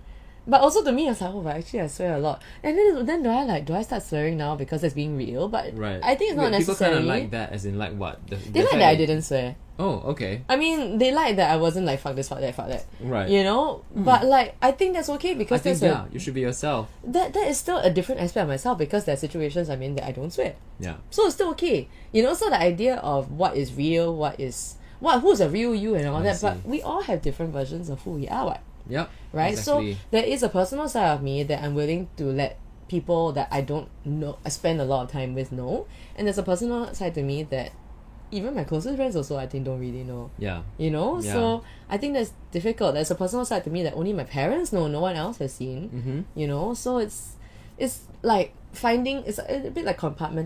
B: But also to me, I was like, oh, but actually I swear a lot. And then, then do I like do I start swearing now because it's being real? But
A: right.
B: I think it's not
A: Wait, people
B: necessary.
A: kind of like that, as in like what the,
B: they
A: the
B: like
A: fact
B: that I didn't swear.
A: Oh, okay,
B: I mean, they like that I wasn't like fuck this, fuck that, fuck that.
A: right.
B: You know, but like I think that's okay
A: I
B: because
A: think
B: that's
A: yeah, you should be yourself.
B: a, that that is still a different aspect of myself because there are situations I'm in that I don't swear.
A: Yeah,
B: So it's still okay. You know, so the idea of what is real, what is what who's a real you and all
A: I
B: that, but
A: see.
B: we all have different versions of who we are, what,
A: yep.
B: right?
A: Exactly.
B: So there is a personal side of me that I'm willing to let people that I don't know I spend a lot of time with know. And there's a personal side to me that even my closest friends also I think don't really know.
A: yeah.
B: You know?
A: Yeah.
B: So I think that's difficult. There's a personal side to me that only my parents know, no one else has seen
A: Mm-hmm.
B: you know so it's it's like finding it's a, a bit like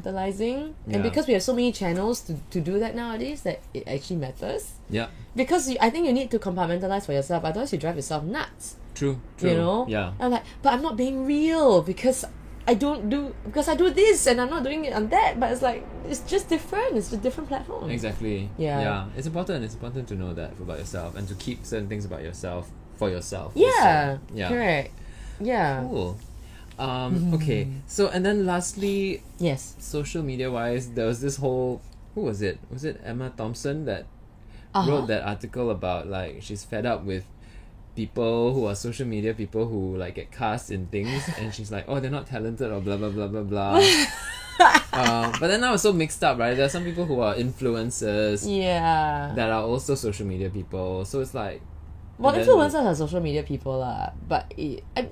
B: compartmentalizing
A: Yeah.
B: and because we have so many channels to, to do that nowadays that it actually matters
A: Yeah.
B: because you, i think you need to compartmentalize for yourself otherwise you drive yourself nuts
A: True. True.
B: you know
A: Yeah.
B: i'm like but i'm not being real because i don't do because i do this and i'm not doing it on that but it's like it's just different it's a different platform
A: Exactly.
B: Yeah.
A: Yeah. It's important. It's important to know that about yourself and to keep certain things about yourself for yourself.
B: yeah
A: also. Yeah.
B: correct yeah
A: Cool. Um,
B: Mm-hmm.
A: okay. So and then lastly,
B: yes
A: social media wise, there was this whole who was it? Was it Emma Thompson that
B: Uh-huh.
A: wrote that article about like she's fed up with people who are social media people who like get cast in things and she's like oh they're not talented or blah blah blah blah blah uh, but then I was so mixed up right there are some people who are influencers
B: yeah
A: that are also social media people so it's like
B: Well,
A: And then-
B: influencers are social media people lah, but it, I,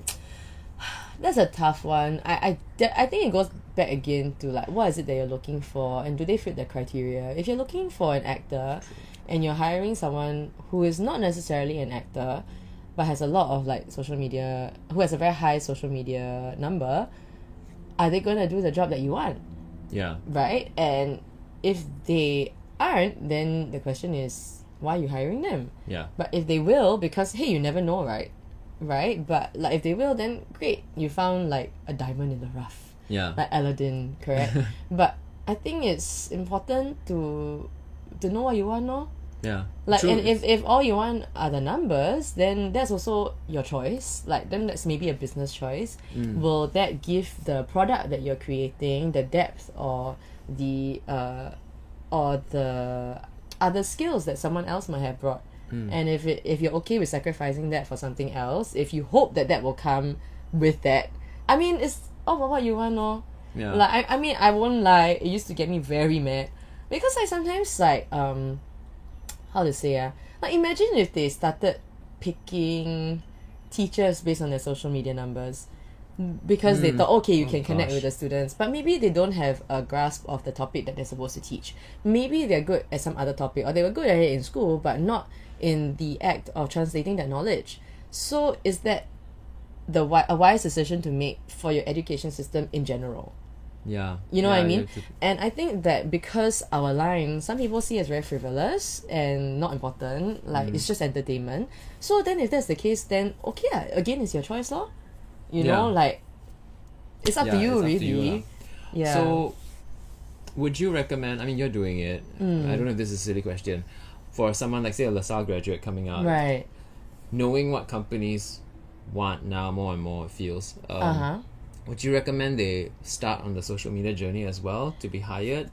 B: that's a tough one. I I de- I think it goes back again to like what is it that you're looking for, and do they fit the criteria? If you're looking for an actor, and you're hiring someone who is not necessarily an actor, but has a lot of like social media, who has a very high social media number, are they gonna do the job that you want?
A: yeah
B: right? And if they aren't, then the question is, why are you hiring them?
A: yeah
B: But if they will, because hey, you never know, right? Right? But like if they will, then great, you found like a diamond in the rough,
A: yeah
B: like Aladdin, correct? but I think it's important to to know what you want, no?
A: yeah
B: Like,
A: True.
B: and if, if all you want are the numbers, then that's also your choice. Like, then that's maybe a business choice. Will that give the product that you're creating the depth or the uh, or the other skills that someone else might have brought? And if it, if you're okay with sacrificing that for something else, if you hope that that will come with that, I mean, it's all about what you want, no?
A: yeah
B: Like I, I mean I won't lie, it used to get me very mad. Because I sometimes like um how to say ah, like imagine if they started picking teachers based on their social media numbers. because they thought okay you
A: Oh,
B: can connect
A: gosh.
B: with the students but maybe they don't have a grasp of the topic that they're supposed to teach maybe they're good at some other topic or they were good at it in school but not in the act of translating that knowledge so is that the wi- a wise decision to make for your education system in general
A: Yeah.
B: you know what
A: Yeah,
B: I
A: you
B: mean?
A: have to-
B: And I think that because our line, some people see as very frivolous and not important, like
A: Mm.
B: it's just entertainment. So then, if that's the case, then okay, ah, again, it's your choice, lor. You know,
A: Yeah.
B: like it's up
A: Yeah,
B: to you,
A: it's up
B: really.
A: to you lah.
B: yeah.
A: So, would you recommend? I mean, you're doing it.
B: Mm.
A: I don't know if this is a silly question. For someone like, say, a LaSalle graduate coming out,
B: right.
A: knowing what companies want now more and more, it feels. Um,
B: Uh huh.
A: Would you recommend they start on the social media journey as well to be hired?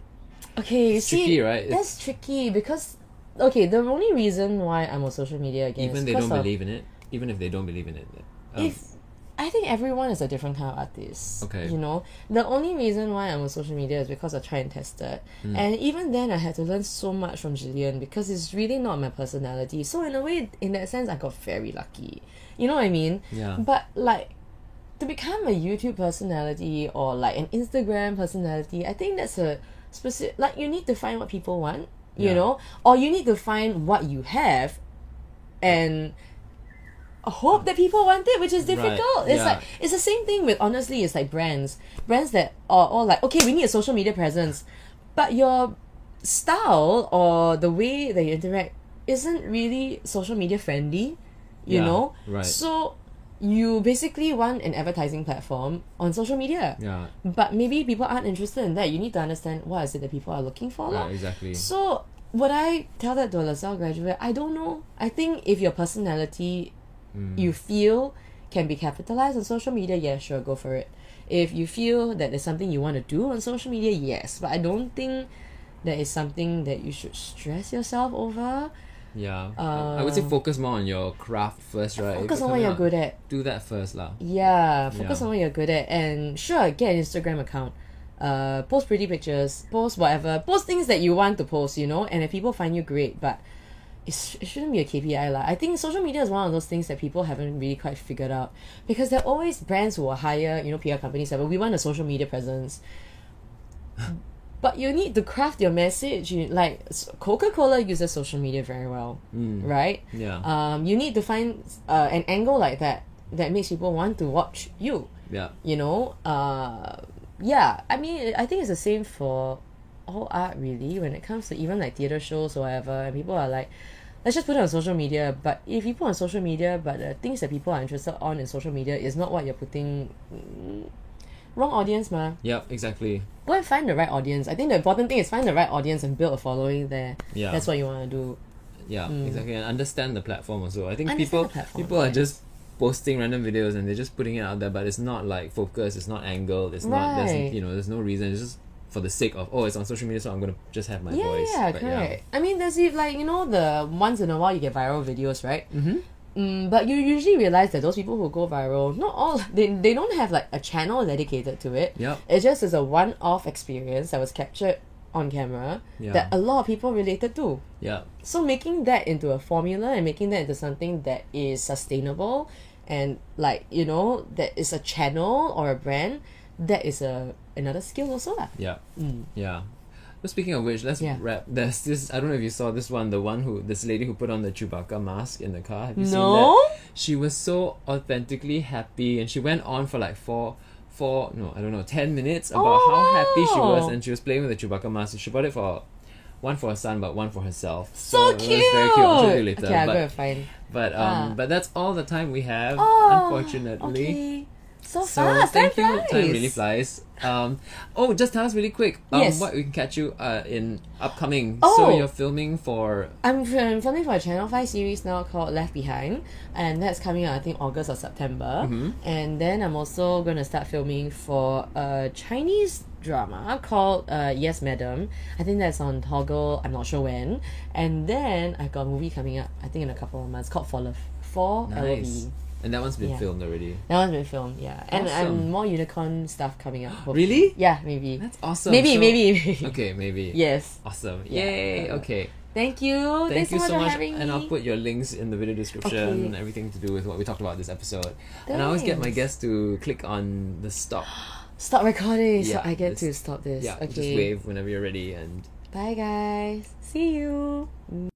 B: Okay, you
A: It's
B: see,
A: tricky, right? It's-
B: that's tricky because okay, the only reason why I'm on social media again is
A: Even they
B: because
A: don't
B: of-
A: believe in it. Even if they don't believe in it. Um,
B: if I think everyone is a different kind of artist.
A: Okay.
B: You know, the only reason why I'm on social media is because I try and test it.
A: Hmm.
B: And even then, I had to learn so much from Jillian because it's really not my personality. So, in a way, in that sense, I got very lucky. You know what I mean?
A: Yeah.
B: But, like, to become a YouTube personality or like an Instagram personality, I think that's a specific, like, you need to find what people want, you
A: Yeah.
B: know, or you need to find what you have and hope that people want it, which is difficult. It's
A: yeah.
B: like it's the same thing with honestly, it's like brands. Brands that are all like, okay, we need a social media presence, but your style or the way that you interact isn't really social media friendly. You
A: Yeah,
B: know,
A: right.
B: So you basically want an advertising platform on social media.
A: yeah.
B: But maybe people aren't interested in that. You need to understand what is it that people are looking for. lah.
A: Right, exactly.
B: So would I tell that to a LaSalle graduate? I don't know. I think if your personality you feel can be capitalized on social media, yeah, sure, go for it. If you feel that there's something you want to do on social media, yes. But I don't think that is something that you should stress yourself over.
A: Yeah. I would say
B: uh,
A: focus more on your craft first, right? If
B: Focus
A: you're
B: on
A: coming
B: what you're
A: out,
B: good at.
A: Do that first, lah.
B: Yeah, focus
A: Yeah.
B: on what you're good at, and sure, get an Instagram account. Uh, post pretty pictures, post whatever, post things that you want to post, you know. And if people find you, great. But it's, it shouldn't be a KPI lah. I think social media is one of those things that people haven't really quite figured out because there are always brands who will hire, you know, PR companies. But we want a social media presence. But you need to craft your message. You, like Coca Cola uses social media very well, right?
A: Yeah.
B: um, you need to find uh, an angle like that that makes people want to watch you
A: yeah.
B: you know uh, yeah i mean i think it's the same for all art really when it comes to even like theater shows or whatever and people are like let's just put it on social media but if you put on social media but the things that people are interested on in social media is not what you're putting mm, wrong audience ma
A: Yeah. Exactly.
B: go and find the right audience i think the important thing is find the right audience and build a following there
A: Yeah.
B: that's what you want to do
A: Yeah, exactly, and understand the platform also. I think
B: Hmm. Understand the
A: people
B: platform,
A: people are
B: right.
A: just posting random videos and they're just putting it out there, but it's not like focused. It's not angled. It's not
B: Right.
A: there's you know there's no reason. It's just for the sake of oh it's on social media, so I'm gonna just have my
B: yeah,
A: voice.
B: Yeah,
A: But
B: correct. I mean, there's if like you know the once in a while you get viral videos, right? Mm-hmm. Mm, but you usually realize that those people who go viral, not all they they don't have like a channel dedicated to it.
A: Yep.
B: It just is a one-off experience that was captured on camera
A: Yeah.
B: that a lot of people related to.
A: Yeah,
B: So making that into a formula and making that into something that is sustainable and like you know that is a channel or a brand that is a another skill also lah.
A: yeah, yeah. yeah. But speaking of which, let's
B: Mm. Yeah.
A: wrap. There's this. I don't know if you saw this one. The one who this lady who put on the Chewbacca mask in the car. Have you
B: No?
A: seen that? She was so authentically happy, and she went on for like four, four. No, I don't know, ten minutes about how happy she was,
B: Oh.
A: and she was playing with the Chewbacca mask. She bought it for. One for her son, but one for herself.
B: So
A: it was
B: cute.
A: very cute. I'll show you later.
B: Okay, I'll
A: but,
B: go and find.
A: but um,
B: Ah.
A: but that's all the time we have,
B: Oh,
A: unfortunately.
B: Okay. So,
A: So
B: fast.
A: thank
B: time
A: you.
B: flies.
A: Time really flies. Um, oh, just tell us really quick. Um,
B: Yes.
A: What we can catch you uh, in upcoming.
B: Oh.
A: So you're filming for.
B: I'm, f- I'm filming for a Channel 5 series now called Left Behind, and that's coming out, I think, August or September.
A: Mm-hmm.
B: And then I'm also going to start filming for a Chinese drama called uh, Yes Madam. I think that's on Toggle, I'm not sure when. And then I've got a movie coming up, I think, in a couple of months called For Love. For L O V E.
A: Nice. And that one's been
B: Yeah.
A: filmed already.
B: That one's been filmed, yeah. And
A: Awesome.
B: I'm more unicorn stuff coming up. hopefully.
A: Really?
B: Yeah, maybe.
A: That's awesome.
B: maybe,
A: So-
B: maybe, maybe.
A: Okay, maybe.
B: Yes.
A: Awesome.
B: Yeah.
A: Yay. Okay.
B: Thank you.
A: Thank
B: Thanks
A: you so
B: for
A: much.
B: having
A: And
B: me.
A: I'll put your links in the video description
B: Okay.
A: and everything to do with what we talked about this episode. And I always get my
B: Thanks.
A: guests to click on the stop.
B: Stop recording
A: Yeah,
B: so I get
A: this-
B: to stop this.
A: Yeah.
B: okay.
A: Just wave whenever you're ready and
B: Bye guys. See you.